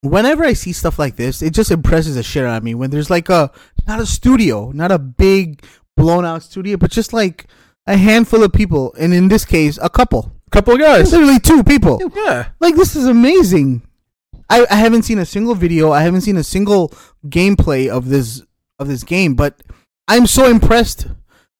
Speaker 3: whenever I see stuff like this, it just impresses the shit out of me. When there's like a not a studio, not a big blown out studio, but just like a handful of people, and in this case, a couple.
Speaker 1: couple of guys.
Speaker 3: It's literally two people.
Speaker 1: Yeah.
Speaker 3: Like this is amazing. I, I haven't seen a single video. I haven't seen a single gameplay of this of this game, but I'm so impressed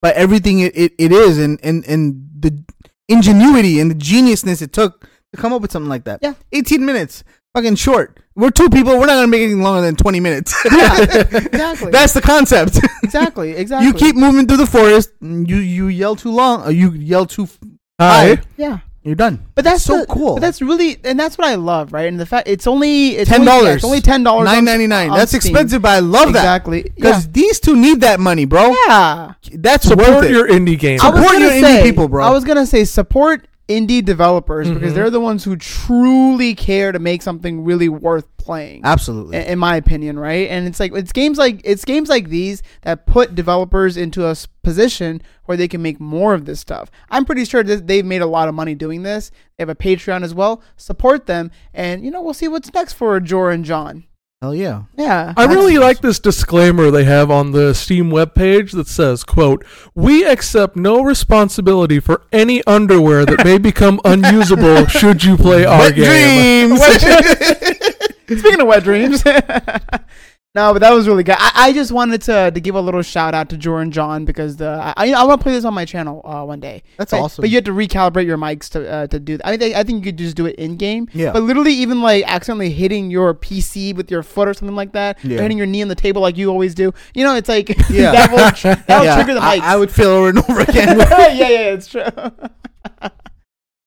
Speaker 3: by everything it, it, it is and, and, and the ingenuity and the geniusness it took to come up with something like that.
Speaker 2: Yeah.
Speaker 3: 18 minutes. Fucking short. We're two people. We're not going to make anything longer than 20 minutes.
Speaker 2: exactly.
Speaker 3: That's the concept.
Speaker 2: Exactly. Exactly.
Speaker 3: you keep moving through the forest. You you yell too long. Or you yell too f-
Speaker 1: Hi.
Speaker 2: Yeah.
Speaker 3: You're done.
Speaker 2: But that's
Speaker 3: so
Speaker 2: the-
Speaker 3: cool.
Speaker 2: But that's really, and that's what I love, right? And the fact it's only it's
Speaker 3: ten
Speaker 2: only- yeah,
Speaker 3: dollars.
Speaker 2: It's only ten dollars.
Speaker 3: Nine ninety nine. That's expensive, but I love
Speaker 2: Exactly.
Speaker 3: that because these two need that money, bro.
Speaker 2: yeah. yeah.
Speaker 3: That's worth
Speaker 1: Support
Speaker 3: it.
Speaker 1: your indie game.
Speaker 3: I was- Support
Speaker 2: gonna
Speaker 3: your indie people, bro. Mm-hmm.
Speaker 2: I was gonna say support indie developers because they're the ones who truly care to make something really worth playing.
Speaker 3: Absolutely.
Speaker 2: in, in my opinion, right? And it's like it's games like it's games like these that put developers into a s- position where they can make more of this stuff. I'm pretty sure that they've made a lot of money doing this. They have a Patreon as well. Support them, and you know we'll see what's next for Jor and John.
Speaker 3: Hell yeah.
Speaker 2: Yeah,
Speaker 1: I really like this disclaimer they have on the Steam webpage that says, quote, We accept no responsibility for any underwear that may become unusable should you play our
Speaker 3: Wet
Speaker 1: game.
Speaker 3: dreams.
Speaker 2: Speaking of wet dreams. No, but that was really good. I, I just wanted to, to give a little shout out to Jor and John because the I, I want to play this on my channel uh, one day.
Speaker 3: That's
Speaker 2: But-
Speaker 3: awesome.
Speaker 2: But you had to recalibrate your mics to uh, to do that. I think I think you could just do it in game.
Speaker 3: Yeah.
Speaker 2: But literally, even like accidentally hitting your PC with your foot or something like that,
Speaker 3: Yeah.
Speaker 2: or hitting your knee on the table like you always do. You know, it's like
Speaker 3: Yeah.
Speaker 2: that will tr- that will
Speaker 3: Yeah,
Speaker 2: trigger the
Speaker 3: I,
Speaker 2: mics.
Speaker 3: I would feel over and over again.
Speaker 2: yeah, yeah, yeah, it's true.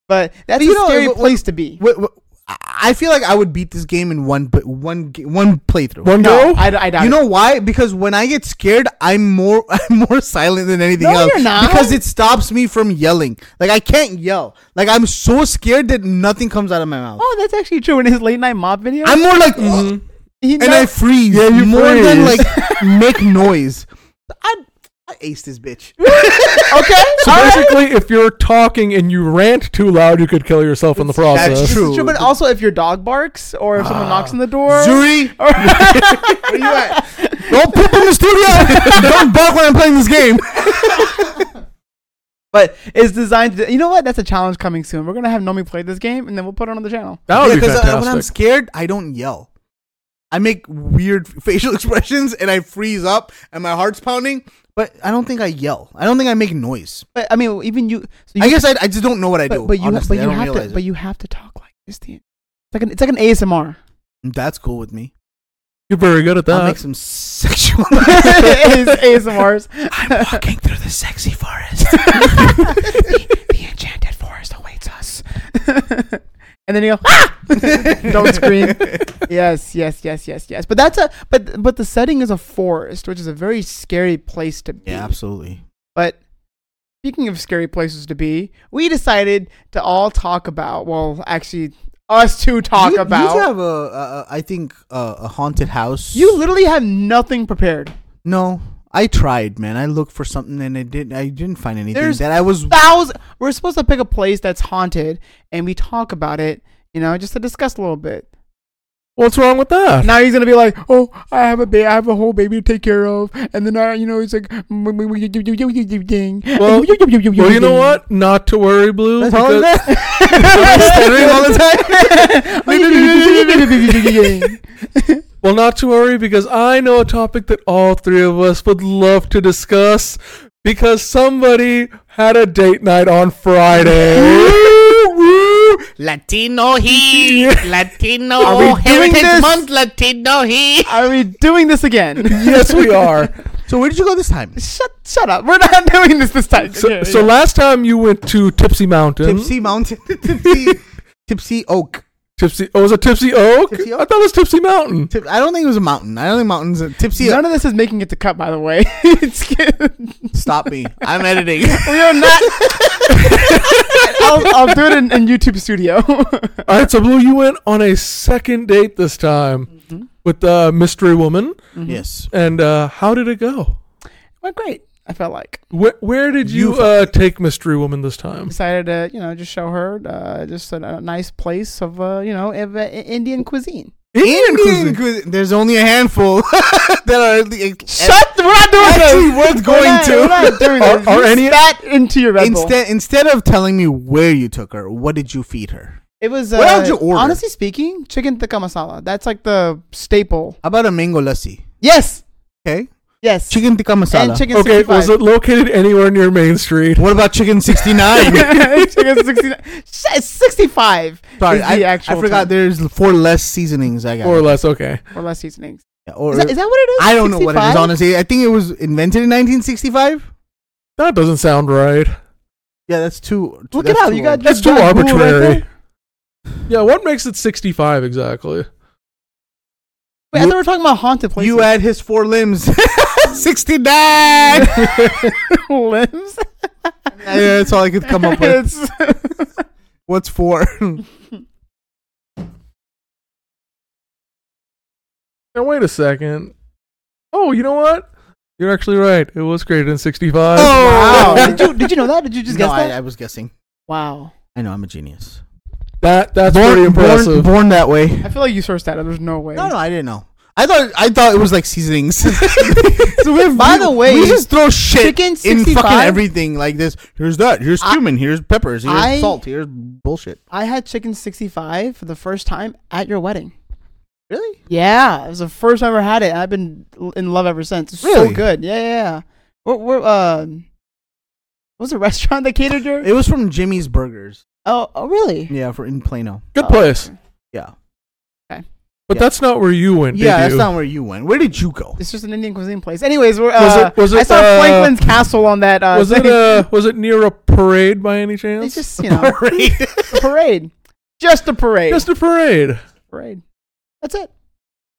Speaker 2: but that's
Speaker 3: you
Speaker 2: a
Speaker 3: know,
Speaker 2: scary
Speaker 3: what- what-
Speaker 2: place to be.
Speaker 3: Wait, wait, I I feel like I would beat this game in one, but one, ga- one playthrough.
Speaker 1: One
Speaker 2: No,
Speaker 1: go?
Speaker 2: I, I doubt
Speaker 3: you
Speaker 2: it.
Speaker 3: know why? Because when I get scared, I'm more I'm more silent than anything
Speaker 2: No,
Speaker 3: else.
Speaker 2: you're not.
Speaker 3: Because it stops me from yelling. Like I can't yell. Like I'm so scared that nothing comes out of my mouth.
Speaker 2: Oh, that's actually true. In his late night mob video,
Speaker 3: I'm more like
Speaker 1: Mhm.
Speaker 2: he
Speaker 3: and I
Speaker 2: knows-
Speaker 3: freeze
Speaker 1: Yeah, you
Speaker 3: more than
Speaker 1: freeze.
Speaker 3: like make noise. I I aced this bitch.
Speaker 2: okay.
Speaker 1: So
Speaker 2: all right.
Speaker 1: basically, if you're talking and you rant too loud, you could kill yourself in the process.
Speaker 3: That's
Speaker 2: This is
Speaker 3: true.
Speaker 2: But also, if your dog barks or if someone knocks on the door,
Speaker 3: Ah. Zuri,
Speaker 2: or-
Speaker 3: where you at? Don't poop in the studio. Don't bark when I'm playing this game.
Speaker 2: but it's designed to. You know what? That's a challenge coming soon. We're gonna have Nomi play this game, and then we'll put it on the channel.
Speaker 1: That would be
Speaker 3: because uh, when uh, I'm
Speaker 1: fantastic.
Speaker 3: scared, I don't yell. I make weird facial expressions and I freeze up and my heart's pounding, but I don't think I yell. I don't think I make noise.
Speaker 2: But I mean, even you. So you
Speaker 3: I guess I, I just don't know what I
Speaker 2: but,
Speaker 3: do.
Speaker 2: but you,
Speaker 3: honestly.
Speaker 2: but
Speaker 3: I
Speaker 2: you
Speaker 3: don't
Speaker 2: have to,
Speaker 3: realize it.
Speaker 2: but you have to talk like this. Dude. It's like an, it's like an ASMR.
Speaker 3: That's cool with me.
Speaker 1: You're very good at
Speaker 3: I'll
Speaker 1: that.
Speaker 3: make some sexual.
Speaker 2: it's ASMRs.
Speaker 3: I'm walking through the sexy forest.
Speaker 2: the, the enchanted forest awaits us. and then you go, ah! Don't scream. Yes, yes, yes, yes, yes. But that's a but but the setting is a forest, which is a very scary place to be.
Speaker 3: Yeah, absolutely.
Speaker 2: But speaking of scary places to be, we decided to all talk about. Well, actually, us two talk
Speaker 3: you,
Speaker 2: about.
Speaker 3: You have a, a, a I think uh, a haunted house.
Speaker 2: you literally have nothing prepared.
Speaker 3: no. I tried, man. I looked for something and I didn't. I didn't find anything
Speaker 2: There's
Speaker 3: that I was.
Speaker 2: Thousand. We're supposed to pick a place that's haunted, and we talk about it. You know, just to discuss a little bit.
Speaker 1: What's wrong with that?
Speaker 2: Now he's gonna be like, "Oh, I have a ba- I have a whole baby to take care of," and then I, you know, he's like, "Mm, "Well,
Speaker 1: Well- well, you know what? Not to worry, Blue.
Speaker 3: That's all
Speaker 1: because-
Speaker 3: that. stuttering all the
Speaker 2: time."
Speaker 1: well, not to worry because I know a topic that all three of us would love to discuss because somebody had a date night on Friday.
Speaker 4: Latino he, Latino
Speaker 2: Are we doing
Speaker 4: Heritage
Speaker 2: this?
Speaker 4: Month, Latino he.
Speaker 2: Are we doing this again?
Speaker 1: yes, we are.
Speaker 3: So where did you go this time?
Speaker 2: Shut, shut up! We're not doing this this time.
Speaker 1: So,
Speaker 2: Okay,
Speaker 1: so last time you went to Tipsy Mountain.
Speaker 3: Tipsy Mountain, Tipsy, Tipsy Oak.
Speaker 1: Tipsy. Oh, was it Tipsy Oak?
Speaker 3: Tipsy Oak?
Speaker 1: I thought it was Tipsy Mountain.
Speaker 3: Tip, I don't think it was a mountain. I don't think mountains. Are, tipsy.
Speaker 2: yeah. none of this is making it to cut. By the way, it's
Speaker 3: Stop me. I'm editing.
Speaker 2: we are not. I'll, I'll do it in, in YouTube Studio.
Speaker 1: All right, so Blue, you went on a second date this time
Speaker 3: Mm-hmm.
Speaker 1: with the mystery woman,
Speaker 3: yes.
Speaker 1: and uh, how did it go?
Speaker 2: Went great. I felt like.
Speaker 1: Where, where did you,
Speaker 3: You-
Speaker 1: uh, take mystery woman this time?
Speaker 2: decided to you know just show her uh, just a, a nice place of uh, you know of, uh, I- Indian cuisine.
Speaker 1: Indian
Speaker 3: Indian cuisine. There's only a handful that are the,
Speaker 2: Shut! We're not doing
Speaker 3: actually
Speaker 2: this.
Speaker 3: worth
Speaker 2: We're
Speaker 3: going
Speaker 2: not, We're
Speaker 3: to.
Speaker 2: not doing
Speaker 1: Are-
Speaker 2: this.
Speaker 1: are
Speaker 2: You
Speaker 1: any-
Speaker 2: spat into your Red Bull.
Speaker 3: Instead, instead of telling me where you took her, what did you feed her?
Speaker 2: It was uh,
Speaker 3: What else you order?
Speaker 2: honestly speaking, chicken tikka masala. That's like the staple.
Speaker 3: How about a mango lassi?
Speaker 2: Yes,
Speaker 3: Okay.
Speaker 2: yes.
Speaker 3: Chicken tikka masala.
Speaker 2: and chicken.
Speaker 1: Okay,
Speaker 2: 65.
Speaker 1: was it located anywhere near Main Street?
Speaker 3: what about chicken 69?
Speaker 2: chicken sixty-nine. Shit, Sixty-five.
Speaker 3: Sorry,
Speaker 2: is the
Speaker 3: I, I
Speaker 2: actual
Speaker 3: forgot
Speaker 2: time,
Speaker 3: there's four less seasonings I got.
Speaker 1: More or less, okay.
Speaker 2: or less seasonings.
Speaker 3: Yeah, or-
Speaker 2: Is that, is that what it is?
Speaker 3: I don't know what it is,
Speaker 2: 65?
Speaker 3: honestly. I think it was invented in 1965.
Speaker 1: That doesn't sound right.
Speaker 3: Yeah, that's too.
Speaker 2: Look
Speaker 3: that's
Speaker 2: it up.
Speaker 3: too
Speaker 2: You got
Speaker 3: old.
Speaker 1: That's too
Speaker 2: you got Google right
Speaker 1: arbitrary.
Speaker 2: there.
Speaker 1: Yeah, what makes it 65 exactly?
Speaker 2: Wait, I thought we were talking about haunted places.
Speaker 3: You had his four limbs. 69! yeah,
Speaker 2: limbs.
Speaker 3: that's all I could come up with.
Speaker 2: It's-
Speaker 3: What's four?
Speaker 1: Now, wait a second. Oh, you know what? You're actually right. It was created in 65.
Speaker 2: wow.
Speaker 3: Oh.
Speaker 2: did, you, did you know that? Did you just
Speaker 3: no,
Speaker 2: guess
Speaker 3: I,
Speaker 2: that?
Speaker 3: I was guessing.
Speaker 2: wow.
Speaker 3: I know, I'm a genius.
Speaker 1: That, that's pretty
Speaker 3: Born,
Speaker 1: impressive.
Speaker 3: born that way.
Speaker 2: I feel like you sourced that. There's no way.
Speaker 3: No, no, I didn't know. I thought I thought it was like seasonings.
Speaker 2: So we have- By the way,
Speaker 3: we just throw shit
Speaker 2: chicken
Speaker 3: in
Speaker 2: 65.
Speaker 3: fucking everything like this. Here's that. Here's
Speaker 2: I-
Speaker 3: cumin. Here's peppers. Here's
Speaker 2: I-
Speaker 3: salt. Here's bullshit.
Speaker 2: I had chicken 65 for the first time at your wedding.
Speaker 3: Really?
Speaker 2: Yeah, it was the first time I ever had it. I've been l- in love ever since. It's
Speaker 3: Really?
Speaker 2: so good. Yeah, yeah. yeah. What, what, um, what was the restaurant that catered your?
Speaker 3: It was from Jimmy's Burgers.
Speaker 2: oh, oh, really?
Speaker 3: Yeah, for in Plano.
Speaker 1: Good place.
Speaker 3: Yeah.
Speaker 1: But
Speaker 3: Yeah.
Speaker 1: that's not where you went, did
Speaker 3: yeah, that's
Speaker 1: you?
Speaker 3: not where you went. Where did you go?
Speaker 2: It's just an Indian cuisine place. Anyways, we're, uh,
Speaker 1: Was it- was
Speaker 2: I
Speaker 1: it,
Speaker 2: saw
Speaker 1: uh,
Speaker 2: Franklin's Castle on that. Uh,
Speaker 1: was it
Speaker 2: thing.
Speaker 1: uh was it near a parade by any chance?
Speaker 2: It's just you know a parade, just a parade,
Speaker 1: Just a parade.
Speaker 2: parade. That's it.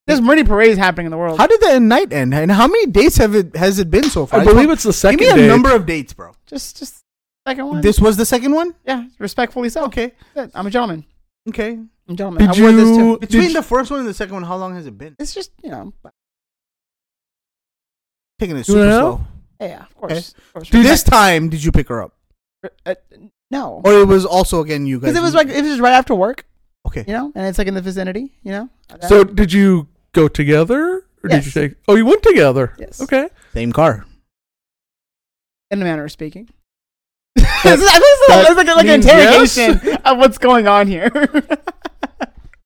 Speaker 2: There's many parades happening in the world.
Speaker 3: How did the night end? And how many dates have it has it been so far?
Speaker 1: I
Speaker 3: just
Speaker 1: believe
Speaker 3: want-
Speaker 1: it's the second
Speaker 3: Give me a
Speaker 1: date.
Speaker 3: number of dates, bro.
Speaker 2: just, just second one.
Speaker 3: This was the second one.
Speaker 2: yeah, respectfully so.
Speaker 3: Okay.
Speaker 2: That's it. I'm a gentleman.
Speaker 3: Okay.
Speaker 2: I'm a gentleman.
Speaker 1: Did
Speaker 2: I wore this
Speaker 1: you
Speaker 2: too.
Speaker 1: did
Speaker 3: Between
Speaker 1: you-
Speaker 3: the first one and the second one, how long has it been?
Speaker 2: It's just you know, but-
Speaker 3: Taking it
Speaker 1: You
Speaker 3: super
Speaker 1: know?
Speaker 3: slow.
Speaker 2: yeah, of course.
Speaker 3: Okay.
Speaker 2: Of course.
Speaker 3: Dude, this time, did you pick her up,
Speaker 2: Uh, no,
Speaker 1: Oh,
Speaker 3: or it was also again you guys?
Speaker 2: because it was like it was right after work,
Speaker 3: okay.
Speaker 2: you know, and it's like in the vicinity, you know.
Speaker 1: So did you go together? Or did
Speaker 2: Yes.
Speaker 1: you take Oh you went together?
Speaker 2: Yes.
Speaker 1: Okay.
Speaker 3: Same car.
Speaker 2: in a manner of speaking. it's like, it's like,
Speaker 1: that
Speaker 2: it's like, like an
Speaker 1: means yes?
Speaker 2: interrogation of what's going on here.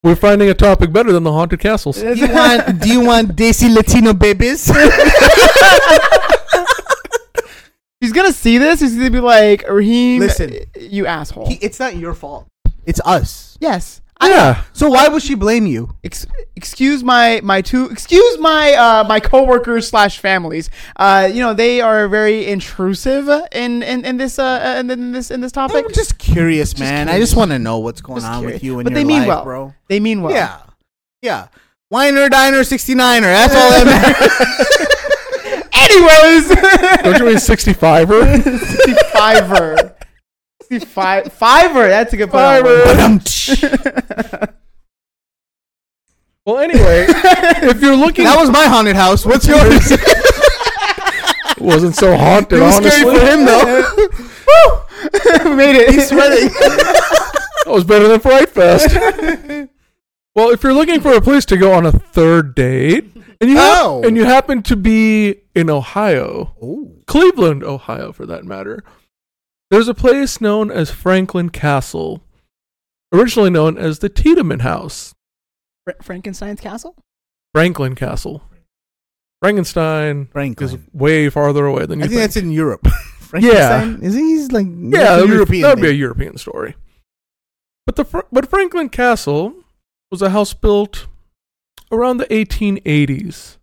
Speaker 1: We're finding a topic better than the haunted castles.
Speaker 3: Do you want do you want Desi Latino babies?
Speaker 2: He's gonna see this. He's gonna be like, Raheem,
Speaker 3: Listen.
Speaker 2: you asshole.
Speaker 3: He- it's not your fault. It's us.
Speaker 2: yes.
Speaker 1: yeah.
Speaker 3: So why would she blame you?
Speaker 2: Ex- excuse my my two. Excuse my uh my coworkers slash families. Uh, you know they are very intrusive in in, in this uh in, in this in this topic.
Speaker 3: I'm just curious, man. I just want to know what's going
Speaker 2: Just
Speaker 3: on
Speaker 2: curious.
Speaker 3: with you and
Speaker 2: but
Speaker 3: your
Speaker 2: they mean
Speaker 3: life,
Speaker 2: well.
Speaker 3: bro.
Speaker 2: They mean well.
Speaker 3: Yeah, yeah. Winer diner 69er. That's all that matters.
Speaker 2: Anyways,
Speaker 1: Don't you mean 65er?
Speaker 2: Fiverr. See, Fi- Fiverr. That's a good point.
Speaker 3: Ba-dum-tsh.
Speaker 1: well, anyway, if you're looking,
Speaker 3: that was my haunted house. What's yours?
Speaker 1: wasn't so haunted,
Speaker 3: it was
Speaker 1: honestly.
Speaker 3: scary for him though.
Speaker 2: we made it.
Speaker 3: He sweated.
Speaker 1: That was better than Fright Fest. well, if you're looking for a place to go on a third date, and you hap-
Speaker 3: Oh.
Speaker 1: and you happen to be in Ohio, Cleveland, Ohio, for that matter, there's a place known as Franklin Castle, originally known as the Tiedemann House.
Speaker 2: Fra- Frankenstein's castle.
Speaker 1: Franklin Castle. Frankenstein
Speaker 3: Franklin.
Speaker 1: is way farther away than
Speaker 3: I
Speaker 1: you
Speaker 3: think
Speaker 1: think.
Speaker 3: that's in Europe. Frankenstein? Is he, he's like
Speaker 1: yeah, that'd be-
Speaker 3: European?
Speaker 1: That'd be a
Speaker 3: thing.
Speaker 1: European story. But the Fr- but Franklin Castle was a house built around the 1880s.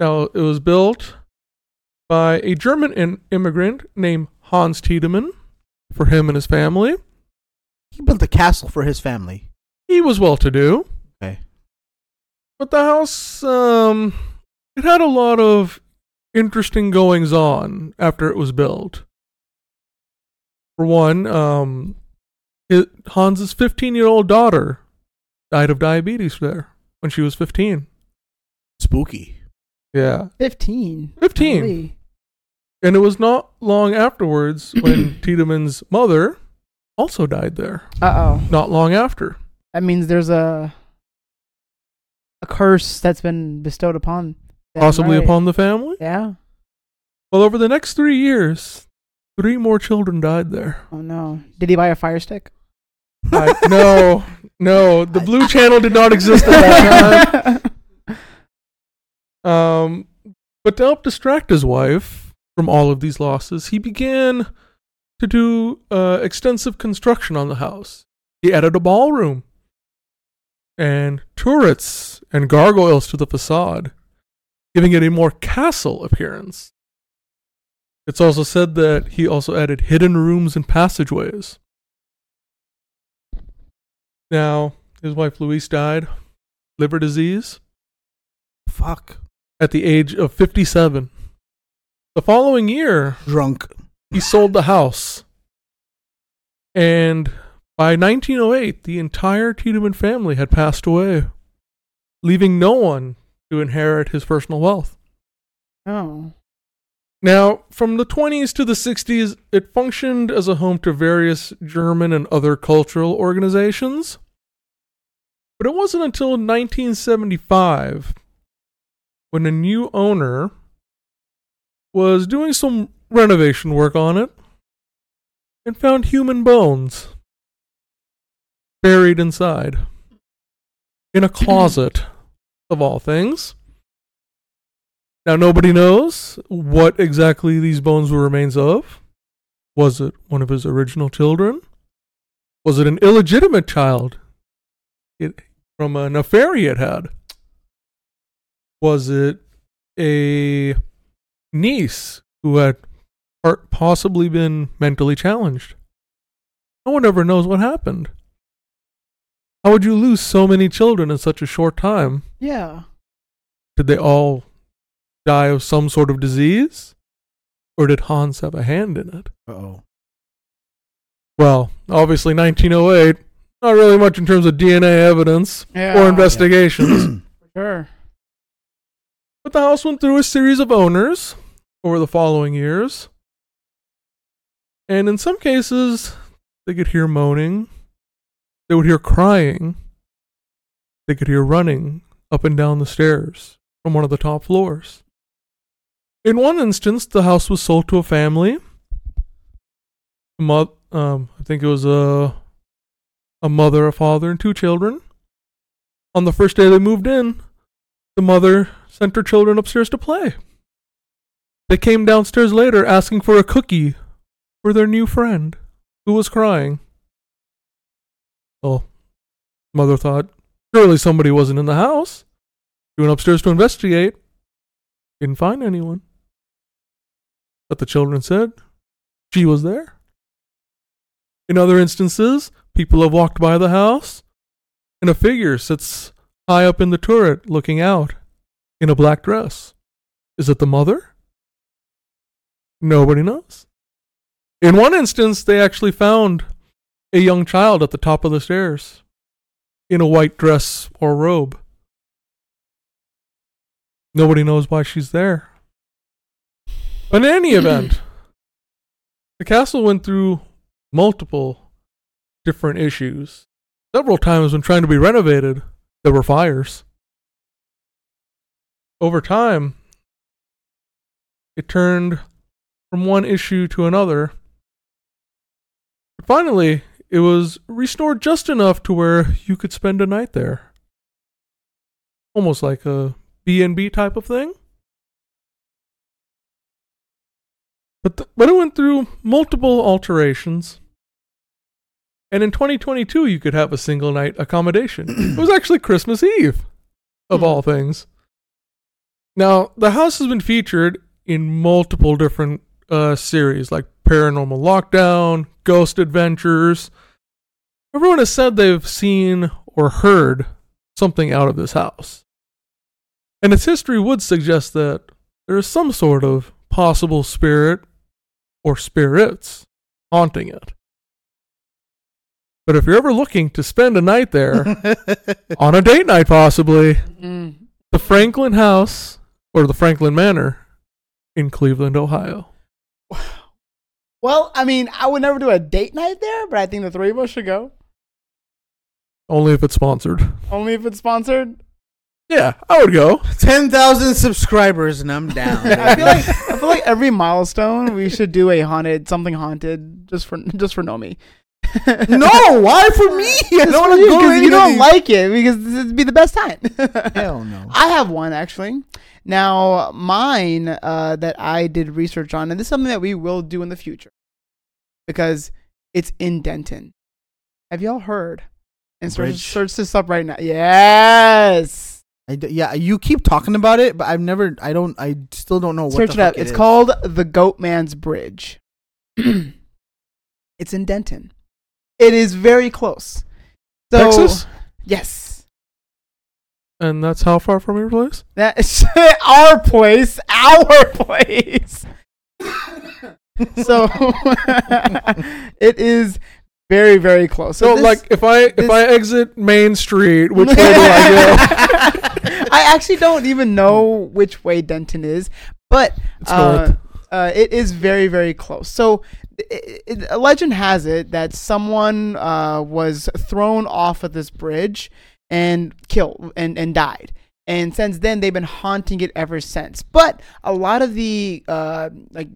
Speaker 1: Now it was built by a German in- immigrant named Hans Tiedemann for him and his family.
Speaker 3: he built a castle for his family.
Speaker 1: He was well to do.
Speaker 3: Okay.
Speaker 1: But the house, um, it had a lot of interesting goings on after it was built. For one, um, it, Hans's 15 year old daughter died of diabetes there when she was 15.
Speaker 3: Spooky.
Speaker 1: Yeah.
Speaker 2: Fifteen.
Speaker 1: 15.
Speaker 2: Holy.
Speaker 1: And it was not long afterwards when Tiedemann's mother also died there.
Speaker 2: Uh oh.
Speaker 1: Not long after.
Speaker 2: That means there's a a curse that's been bestowed upon. them,
Speaker 1: Possibly
Speaker 2: right?
Speaker 1: upon the family.
Speaker 2: Yeah.
Speaker 1: Well, over the next three years, three more children died there.
Speaker 2: Oh no. Did he buy a fire stick?
Speaker 1: I, no, no, the blue channel did not exist at that time. Um, but to help distract his wife from all of these losses, he began to do uh, extensive construction on the house. He added a ballroom and turrets and gargoyles to the facade, giving it a more castle appearance. It's also said that he also added hidden rooms and passageways. Now, his wife Louise died, liver disease,
Speaker 3: Fuck.
Speaker 1: at the age of 57. The following year,
Speaker 3: Drunk.
Speaker 1: he sold the house. And by 1908, the entire Tiedemann family had passed away, leaving no one to inherit his personal wealth.
Speaker 2: oh.
Speaker 1: Now, from the 20s to the 60s, it functioned as a home to various German and other cultural organizations. But it wasn't until 1975 when a new owner was doing some renovation work on it and found human bones buried inside in a closet, of all things. Now, nobody knows what exactly these bones were remains of. Was it one of his original children? Was it an illegitimate child it, from an affair he had had? Was it a niece who had par- possibly been mentally challenged? No one ever knows what happened. How would you lose so many children in such a short time?
Speaker 2: Yeah.
Speaker 1: Did they all die of some sort of disease? Or did Hans have a hand in it?
Speaker 3: Uh oh.
Speaker 1: Well, obviously 1908, not really much in terms of DNA evidence
Speaker 2: Yeah.
Speaker 1: or investigations.
Speaker 2: Sure.
Speaker 1: But the house went through a series of owners over the following years. And in some cases, they could hear moaning, they would hear crying, they could hear running up and down the stairs from one of the top floors. In one instance, the house was sold to a family. A mo- um, I think it was a, a mother, a father, and two children. on the first day they moved in, the mother sent her children upstairs to play. They came downstairs later asking for a cookie for their new friend who was crying. Oh, mother thought, surely somebody wasn't in the house. She went upstairs to investigate. Didn't find anyone. But the children said she was there. In other instances, people have walked by the house, and a figure sits high up in the turret looking out in a black dress. Is it the mother? Nobody knows. In one instance, they actually found a young child at the top of the stairs in a white dress or robe. Nobody knows why she's there. But in any event, the castle went through multiple different issues. Several times when trying to be renovated, there were fires. Over time, it turned from one issue to another. But finally, it was restored just enough to where you could spend a night there. Almost like a B&B type of thing. But, th- but it went through multiple alterations. And in 2022, you could have a single night accommodation. it was actually Christmas Eve, of all things. Now, the house has been featured in multiple different uh, series like Paranormal Lockdown, Ghost Adventures. Everyone has said they've seen or heard something out of this house. And its history would suggest that there is some sort of possible spirit or spirits haunting it. But if you're ever looking to spend a night there, on a date night possibly,
Speaker 2: Mm.
Speaker 1: the Franklin House or the Franklin Manor in Cleveland, Ohio.
Speaker 2: Well, I mean, I would never do a date night there, but I think the three of us should go.
Speaker 1: Only if it's sponsored.
Speaker 2: Only if it's sponsored.
Speaker 1: Yeah, I would go.
Speaker 3: Ten thousand subscribers and I'm down.
Speaker 2: I feel like I feel like every milestone we should do a haunted something haunted just for just for Nomi.
Speaker 3: no, why for me? I
Speaker 2: Just
Speaker 3: don't
Speaker 2: for
Speaker 3: want to
Speaker 2: you,
Speaker 3: go to
Speaker 2: 'cause
Speaker 3: any
Speaker 2: you
Speaker 3: of
Speaker 2: don't
Speaker 3: these.
Speaker 2: like it because this would be the best time.
Speaker 3: Hell no.
Speaker 2: I have one actually. Now, mine uh, that I did research on, and this is something that we will do in the future because it's in Denton. Have y'all heard? And search,
Speaker 3: Bridge.
Speaker 2: search this up right now. Yes.
Speaker 3: I d- yeah, you keep talking about it, but I've never. I don't. I still don't know what.
Speaker 2: search
Speaker 3: the
Speaker 2: it up.
Speaker 3: fuck
Speaker 2: it's
Speaker 3: is.
Speaker 2: called the Goat Man's Bridge. it's in Denton. It is very close. So,
Speaker 1: Texas?
Speaker 2: Yes.
Speaker 1: And that's how far from your place?
Speaker 2: That is our place, our place. so it is very, very close.
Speaker 1: So,
Speaker 2: this-
Speaker 1: like, if I if
Speaker 2: this-
Speaker 1: I exit Main Street, which way do I go?
Speaker 2: I actually don't even know which way Denton is, but
Speaker 1: It's
Speaker 2: uh,
Speaker 1: north.
Speaker 2: uh, it is very, very close. So, it, it, a legend has it that someone uh, was thrown off of this bridge and killed and, and died. And since then, they've been haunting it ever since. But a lot of the uh, like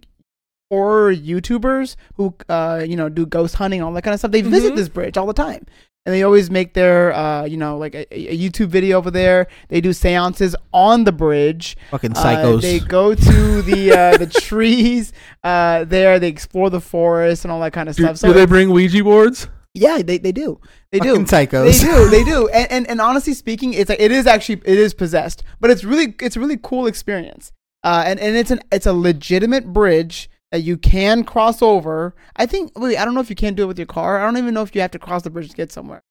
Speaker 2: horror YouTubers who uh, you know do ghost hunting, all that kind of stuff, they visit
Speaker 1: Mhm.
Speaker 2: this bridge all the time and they always make their uh, you know like a, a YouTube video over there. They do seances on the bridge.
Speaker 3: Fucking
Speaker 2: Uh,
Speaker 3: psychos.
Speaker 2: they go to the uh, the trees uh, there. They explore the forest and all that kind of
Speaker 1: Do,
Speaker 2: stuff.
Speaker 1: do they bring Ouija boards?
Speaker 2: yeah, they, they do. They do.
Speaker 3: Fucking psychos.
Speaker 2: They do. They do. And, and and honestly speaking, it's like, it is actually it is possessed, but it's really it's a really cool experience. Uh, and and it's an it's a legitimate bridge that you can cross over. I think wait, I don't know if you can do it with your car. I don't even know if you have to cross the bridge to get somewhere.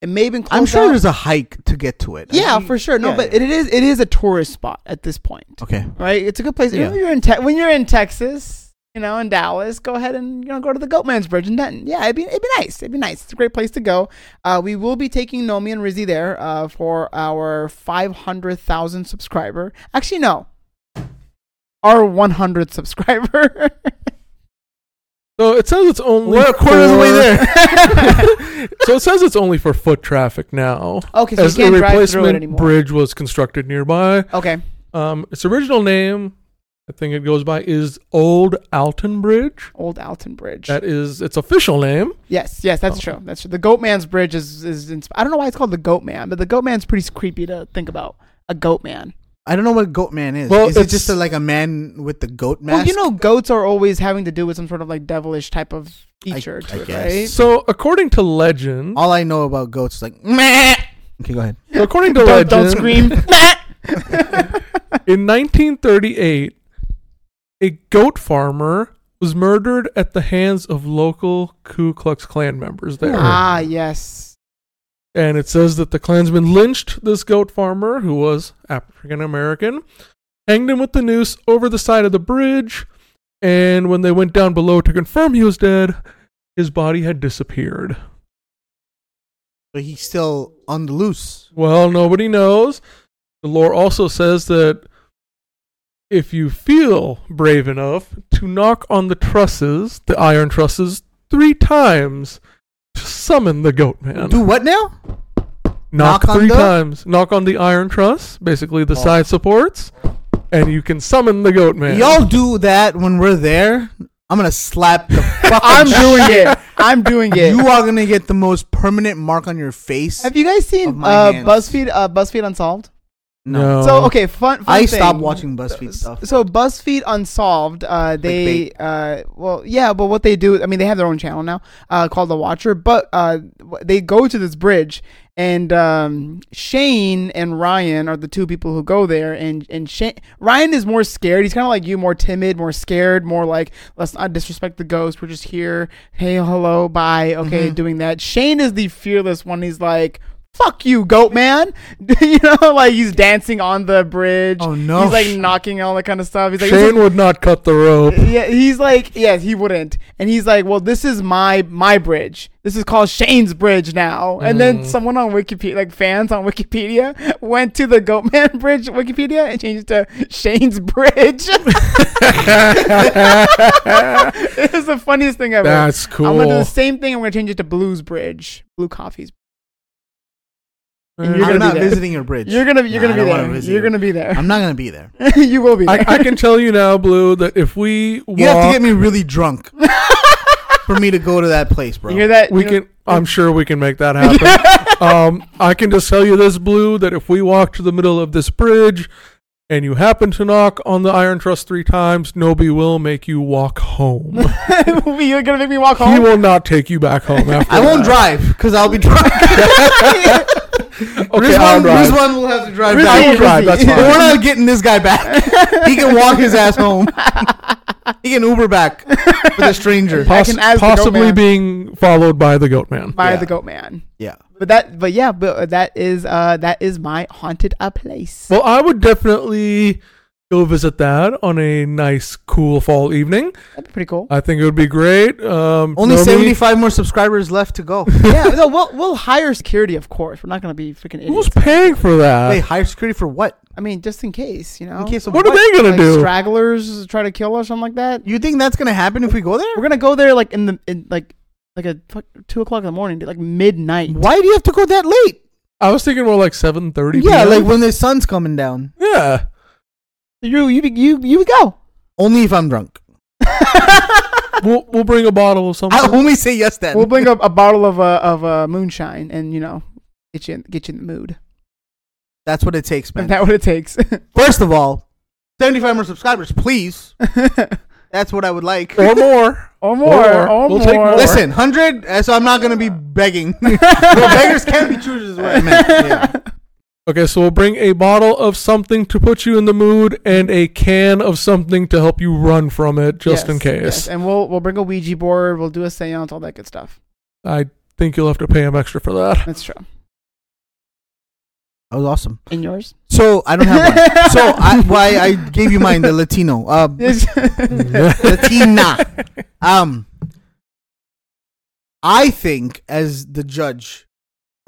Speaker 2: It may have been
Speaker 3: I'm
Speaker 2: closed
Speaker 3: sure
Speaker 2: down.
Speaker 3: there's a hike to get to it. I
Speaker 2: Yeah,
Speaker 3: think-
Speaker 2: for sure. No,
Speaker 3: yeah,
Speaker 2: but
Speaker 3: yeah.
Speaker 2: it is it is a tourist spot at this point,
Speaker 3: okay.
Speaker 2: right? It's a good place.
Speaker 3: Yeah.
Speaker 2: When you're in te- when you're in Texas, you know, in Dallas, go ahead and you know go to the Goatman's Bridge in Denton. Yeah, it'd be it'd be nice. It'd be nice. It's a great place to go. Uh, we will be taking Nomi and Rizzy there uh, for our 500,000 subscriber. Actually, no, our 100 subscriber.
Speaker 1: So it says it's only
Speaker 3: We're a quarter of the way
Speaker 1: for-
Speaker 3: there.
Speaker 1: So it says it's only for foot traffic now.
Speaker 2: okay, so
Speaker 1: As
Speaker 2: you
Speaker 1: the
Speaker 2: can't drive through it
Speaker 1: replacement
Speaker 2: anymore.
Speaker 1: bridge was constructed nearby,
Speaker 2: Okay.
Speaker 1: um, its original name, I think it goes by is Old Alton Bridge.
Speaker 2: Old Alton Bridge.
Speaker 1: That Oh. is its official name.
Speaker 2: yes, yes, that's true. That's true. The Goat Man's Bridge is is. Insp- I don't know why it's called the Goat Man, but the Goat Man's pretty creepy to think about. A goat man.
Speaker 3: I don't know what goat man is.
Speaker 1: Well,
Speaker 3: is it
Speaker 1: it's-
Speaker 3: just a, like a man with the goat
Speaker 2: Well,
Speaker 3: mask?
Speaker 2: you know, goats are always having to do with some sort of like devilish type of feature
Speaker 3: I
Speaker 2: to it,
Speaker 3: guess.
Speaker 2: right?
Speaker 1: So according to legend,
Speaker 3: all I know about goats is like.
Speaker 4: Meh.
Speaker 3: Okay, go ahead.
Speaker 1: so according to
Speaker 2: Don't,
Speaker 1: legend,
Speaker 2: don't scream.
Speaker 1: in 1938, a goat farmer was murdered at the hands of local Ku Klux Klan members there.
Speaker 2: ah, yes.
Speaker 1: And it says that the Klansmen lynched this goat farmer, who was African American, hanged him with the noose over the side of the bridge, and when they went down below to confirm he was dead, his body had disappeared.
Speaker 3: But he's still on the loose.
Speaker 1: Well, nobody knows. The lore also says that if you feel brave enough to knock on the trusses, the iron trusses, three times to summon the goat man.
Speaker 3: Do what now?
Speaker 1: knock,
Speaker 3: knock on
Speaker 1: three
Speaker 3: the-
Speaker 1: times. Knock on the iron truss, basically the side supports, and you can summon the goat man.
Speaker 3: Y'all do that when we're there. I'm gonna slap the fuck.
Speaker 2: I'm doing it. I'm doing it.
Speaker 3: You are gonna get the most permanent mark on your face.
Speaker 2: Have you guys
Speaker 3: Of
Speaker 2: seen
Speaker 3: my
Speaker 2: uh,
Speaker 3: hands.
Speaker 2: BuzzFeed? Uh, BuzzFeed Unsolved.
Speaker 1: no.
Speaker 2: So okay, fun. fun
Speaker 3: I
Speaker 2: thing.
Speaker 3: stopped watching BuzzFeed stuff.
Speaker 2: So BuzzFeed Unsolved, uh, they,
Speaker 3: Clickbait.
Speaker 2: uh, well, yeah, but what they do, I mean, they have their own channel now, uh, called The Watcher, but uh, w- they go to this bridge, and um, Shane and Ryan are the two people who go there, and and Shane, Ryan is more scared. He's kind of like you, more timid, more scared, more like let's not disrespect the ghost. We're just here, hey, hello, bye, okay,
Speaker 3: Mm-hmm.
Speaker 2: doing that. Shane is the fearless one. He's like. Fuck you, goat man! you know, like he's dancing on the bridge.
Speaker 3: Oh, no.
Speaker 2: He's like knocking all that kind of stuff. He's like, this is-
Speaker 1: Shane would not cut the rope.
Speaker 2: yeah, he's like, yeah, he wouldn't. And he's like, well, this is my my bridge. This is called Shane's bridge now. And then someone on Wikipedia, like fans on Wikipedia, went to the Goatman Bridge Wikipedia and changed it to Shane's bridge. it was the funniest thing ever.
Speaker 1: That's cool.
Speaker 2: I'm gonna do the same thing. I'm gonna change it to Blues Bridge, Blue Coffee's.
Speaker 1: Man,
Speaker 2: You're
Speaker 3: I'm
Speaker 2: gonna
Speaker 3: not
Speaker 2: be there.
Speaker 3: visiting your bridge.
Speaker 2: You're gonna you're
Speaker 3: Nah, I
Speaker 2: gonna
Speaker 3: don't
Speaker 2: be
Speaker 3: wanna
Speaker 2: there.
Speaker 3: visit
Speaker 2: You're
Speaker 3: it.
Speaker 2: gonna be there.
Speaker 3: I'm not gonna be there.
Speaker 2: you will be there.
Speaker 1: I, I can tell you now, Blue, that if we walk,
Speaker 3: You have to get me really drunk for me to go to that place, bro.
Speaker 2: you hear that?
Speaker 1: we
Speaker 2: You know-
Speaker 1: can. I'm sure we can make that happen. um, I can just tell you this, Blue, that if we walk to the middle of this bridge and you happen to knock on the Iron Trust three times, Nobi will make you walk home.
Speaker 2: you're gonna make me walk
Speaker 1: he
Speaker 2: home.
Speaker 1: will not take you back home after.
Speaker 3: I won't drive because I'll be drunk.
Speaker 1: Okay, I'll
Speaker 3: Rizwan,
Speaker 1: drive.
Speaker 3: Rizwan will have to drive
Speaker 2: Rizwan
Speaker 3: back.
Speaker 2: will drive, that's fine.
Speaker 3: But We're not getting this guy back. he can walk his ass home. he can Uber back with a stranger.
Speaker 2: I
Speaker 1: Poss-
Speaker 2: can ask the goat
Speaker 1: possibly
Speaker 2: man.
Speaker 1: being followed by the goat man.
Speaker 2: by
Speaker 3: Yeah.
Speaker 2: the goat man.
Speaker 3: Yeah.
Speaker 2: But that, but yeah, but that is uh that is my haunted uh, place.
Speaker 1: Well, I would definitely go visit that on a nice, cool fall evening.
Speaker 2: That'd be pretty cool.
Speaker 1: I think it would be great. Um,
Speaker 3: Only
Speaker 1: Nobi-
Speaker 3: 75 more subscribers left to go.
Speaker 2: yeah, no, we'll we'll hire security, of course. We're not gonna be freaking idiots.
Speaker 1: Who's paying for that?
Speaker 3: Wait, higher security for what?
Speaker 2: I mean, just in case, you know,
Speaker 3: In case of
Speaker 1: what are they gonna
Speaker 2: like
Speaker 1: do?
Speaker 2: stragglers try to kill us, something like that.
Speaker 3: You think that's gonna happen if we go there?
Speaker 2: We're gonna go there like in the in like like at fuck- two o'clock in the morning, dude, like midnight.
Speaker 3: Why do you have to go that late?
Speaker 1: I was thinking more like seven thirty.
Speaker 3: Yeah, like when the sun's coming down.
Speaker 1: yeah.
Speaker 2: You you you you go.
Speaker 3: Only if I'm drunk.
Speaker 1: We'll we'll bring a bottle of something.
Speaker 3: I only say yes then.
Speaker 2: We'll bring up a bottle of uh, of uh, moonshine and you know get you in, get you in the mood.
Speaker 3: That's what it takes,
Speaker 2: Is
Speaker 3: man.
Speaker 2: that what it takes?
Speaker 3: First of all, 75 more subscribers, please. That's what I would like.
Speaker 1: or more.
Speaker 2: or more. Or,
Speaker 1: We'll
Speaker 2: more.
Speaker 1: take more.
Speaker 3: Listen, 100, uh, so I'm not going to be begging. well, beggars can't be choosers, is what I meant. Yeah.
Speaker 1: Okay, so we'll bring a bottle of something to put you in the mood and a can of something to help you run from it just in
Speaker 2: Yes,
Speaker 1: case.
Speaker 2: yes. And we'll we'll bring a Ouija board, we'll do a seance, all that good stuff.
Speaker 1: I think you'll have to pay him extra for that.
Speaker 2: That's true.
Speaker 3: That was awesome.
Speaker 2: And yours?
Speaker 3: So I don't have one. So I, why I gave you mine, the Latino, uh, Latina. Um, I think as the judge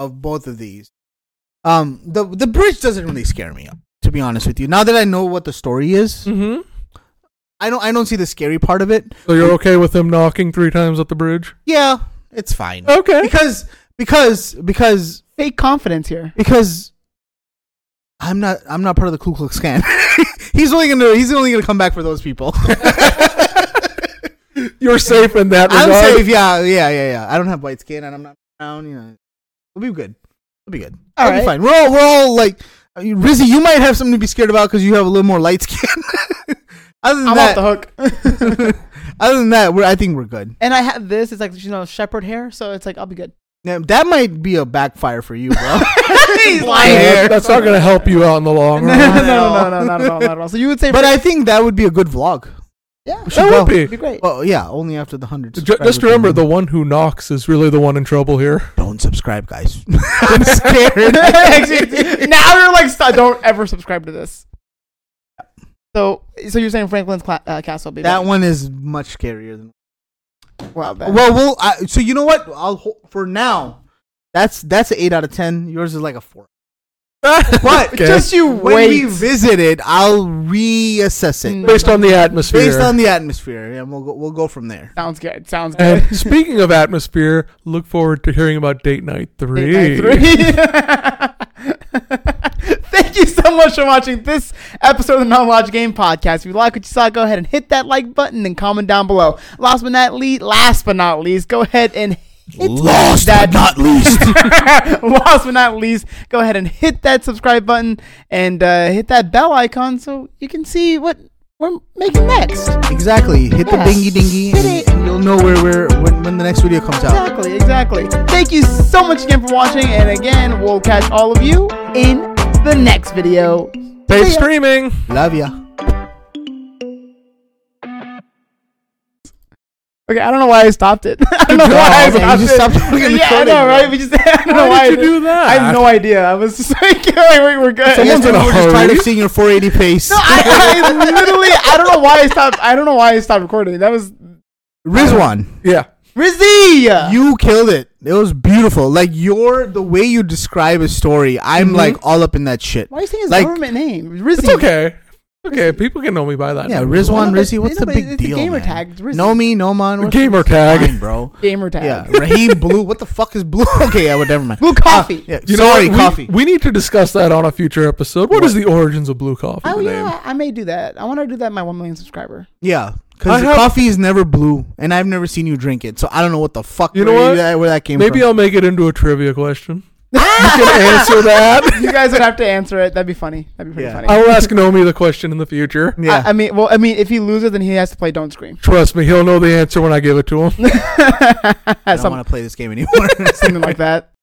Speaker 3: of both of these, um, the the bridge doesn't really scare me. To be honest with you, now that I know what the story is,
Speaker 1: hmm
Speaker 3: I don't I don't see the scary part of it.
Speaker 1: So you're okay with him knocking three times at the bridge?
Speaker 3: Yeah, it's fine
Speaker 1: Okay.
Speaker 3: because because because
Speaker 2: Fake confidence here.
Speaker 3: because I'm not I'm not part of the Ku Klux Klan. He's only gonna he's only gonna come back for those people.
Speaker 1: You're safe in that
Speaker 3: I'm
Speaker 1: regard.
Speaker 3: safe. Yeah, yeah, yeah, yeah. I don't have white skin and I'm not brown. You know, we'll be good. We'll be good.
Speaker 2: All
Speaker 3: We'll
Speaker 2: right.
Speaker 3: be fine. We're all we're all like I mean, Rizzy. You might have something to be scared about because you have a little more light skin. other than
Speaker 2: I'm
Speaker 3: that,
Speaker 2: off the hook.
Speaker 3: other than that, we're I think we're good.
Speaker 2: and I have this. It's like you know shepherd hair, so it's like I'll be good.
Speaker 3: Now, that might be a backfire for you, bro.
Speaker 2: He's
Speaker 1: Yeah,
Speaker 2: lying.
Speaker 1: that- that's not going to help you out in the long
Speaker 2: no,
Speaker 1: run.
Speaker 2: no, no, no, not at all, not at all. So you would say,
Speaker 3: but I think that would be a good vlog.
Speaker 2: yeah,
Speaker 1: That would be.
Speaker 2: be great.
Speaker 3: Well, yeah, only after the hundred.
Speaker 1: Ju- Just remember, the one who knocks is really the one in trouble here.
Speaker 3: don't subscribe, guys. I'm scared.
Speaker 2: Actually, now you're like, "Stop, don't ever subscribe to this. So, so you're saying Franklin's cla- uh, castle will be
Speaker 3: that one is much scarier than.
Speaker 2: Wow, then.
Speaker 3: Well, we'll. I, so you know what? I'll hold, for now. That's that's an eight out of ten. Yours is like a four. But
Speaker 1: Okay.
Speaker 2: just you
Speaker 3: when we
Speaker 2: wait.
Speaker 3: visit it, I'll reassess it
Speaker 2: Mm.
Speaker 1: based on the atmosphere.
Speaker 3: based on the atmosphere, and we'll go, we'll go from there.
Speaker 2: Sounds good. Sounds good.
Speaker 1: and speaking of atmosphere, look forward to hearing about date night three.
Speaker 2: Eight night three. Thank you so much for watching this episode of the Non Lodge Game Podcast. If you like what you saw, go ahead and hit that like button and comment down below. Last but not least, last but not least, go ahead and hit
Speaker 3: Lost,
Speaker 2: that
Speaker 3: not least.
Speaker 2: last but not least, go ahead and hit that subscribe button and uh, hit that bell icon so you can see what we're making next.
Speaker 3: exactly. Hit
Speaker 2: Yeah.
Speaker 3: the dingy dingy,
Speaker 2: Hit
Speaker 3: and,
Speaker 2: it.
Speaker 3: and you'll know where we're when, when the next video comes out.
Speaker 2: Exactly, exactly. Thank you so much again for watching, and again, we'll catch all of you in the next video.
Speaker 1: Safe
Speaker 2: See ya.
Speaker 1: streaming.
Speaker 3: Love ya.
Speaker 2: Okay, I don't know why I stopped it. I don't know
Speaker 3: No,
Speaker 2: why I
Speaker 3: okay, you
Speaker 2: stopped
Speaker 3: just
Speaker 2: it.
Speaker 3: stopped fucking
Speaker 2: yeah, I
Speaker 3: recording,
Speaker 2: know,
Speaker 3: bro.
Speaker 2: right? We just, I don't know
Speaker 1: Why
Speaker 2: why
Speaker 1: did you do that?
Speaker 2: I have no idea. I was just like, like we we're good.
Speaker 1: Someone's
Speaker 3: Yes,
Speaker 1: in a
Speaker 3: people were just tired
Speaker 1: hurry.
Speaker 3: of seeing your 480 pace.
Speaker 2: No, I, I literally, I don't know why I stopped. I don't know why I stopped recording. That was
Speaker 3: Rizwan.
Speaker 1: Yeah.
Speaker 2: Rizzy.
Speaker 3: You killed it. It was beautiful. Like your the way you describe a story, I'm like all up in that shit.
Speaker 2: why are you saying his
Speaker 3: like-
Speaker 2: government name? Rizzy.
Speaker 1: It's okay. Okay, people can know me by that.
Speaker 3: Yeah,
Speaker 1: name.
Speaker 3: Rizwan
Speaker 2: No, but-
Speaker 3: Rizzy, what's
Speaker 2: no,
Speaker 3: the
Speaker 2: but
Speaker 3: big
Speaker 2: it's a
Speaker 3: deal?
Speaker 2: gamer
Speaker 3: man?
Speaker 2: tag, it's Rizzy.
Speaker 3: No me, no man. what's-
Speaker 1: Gamer
Speaker 3: what's
Speaker 1: tag.
Speaker 3: fine, bro.
Speaker 2: Gamer tag.
Speaker 3: Yeah, Raheem Blue. What the fuck is Blue? Okay, yeah, well, never mind. Uh,
Speaker 2: Blue coffee.
Speaker 3: Yeah,
Speaker 1: You know
Speaker 3: sorry,
Speaker 1: what? We-
Speaker 3: coffee.
Speaker 1: We, need to discuss that on a future episode. what is the origins of blue coffee?
Speaker 2: Oh
Speaker 1: the
Speaker 2: yeah,
Speaker 1: name?
Speaker 2: I I may do that. I want to do that. in My one million subscriber.
Speaker 3: yeah,
Speaker 1: I
Speaker 3: because
Speaker 1: have-
Speaker 3: coffee is never blue, and I've never seen you drink it, so I don't know what the fuck.
Speaker 1: You know
Speaker 3: where
Speaker 1: what?
Speaker 3: That, where that came
Speaker 1: Maybe
Speaker 3: from?
Speaker 1: I'll make it into a trivia question. you can answer that.
Speaker 2: You guys would have to answer it. That'd be funny. That'd be pretty
Speaker 3: Yeah. Oh,
Speaker 2: funny.
Speaker 1: I will ask Nomi the question in the future.
Speaker 3: yeah.
Speaker 2: I, I mean, well, I mean, if he loses, then he has to play "Don't Scream."
Speaker 1: Trust me, he'll know the answer when I give it to him.
Speaker 3: I don't
Speaker 2: Some-
Speaker 3: want to play this game anymore.
Speaker 2: something like that.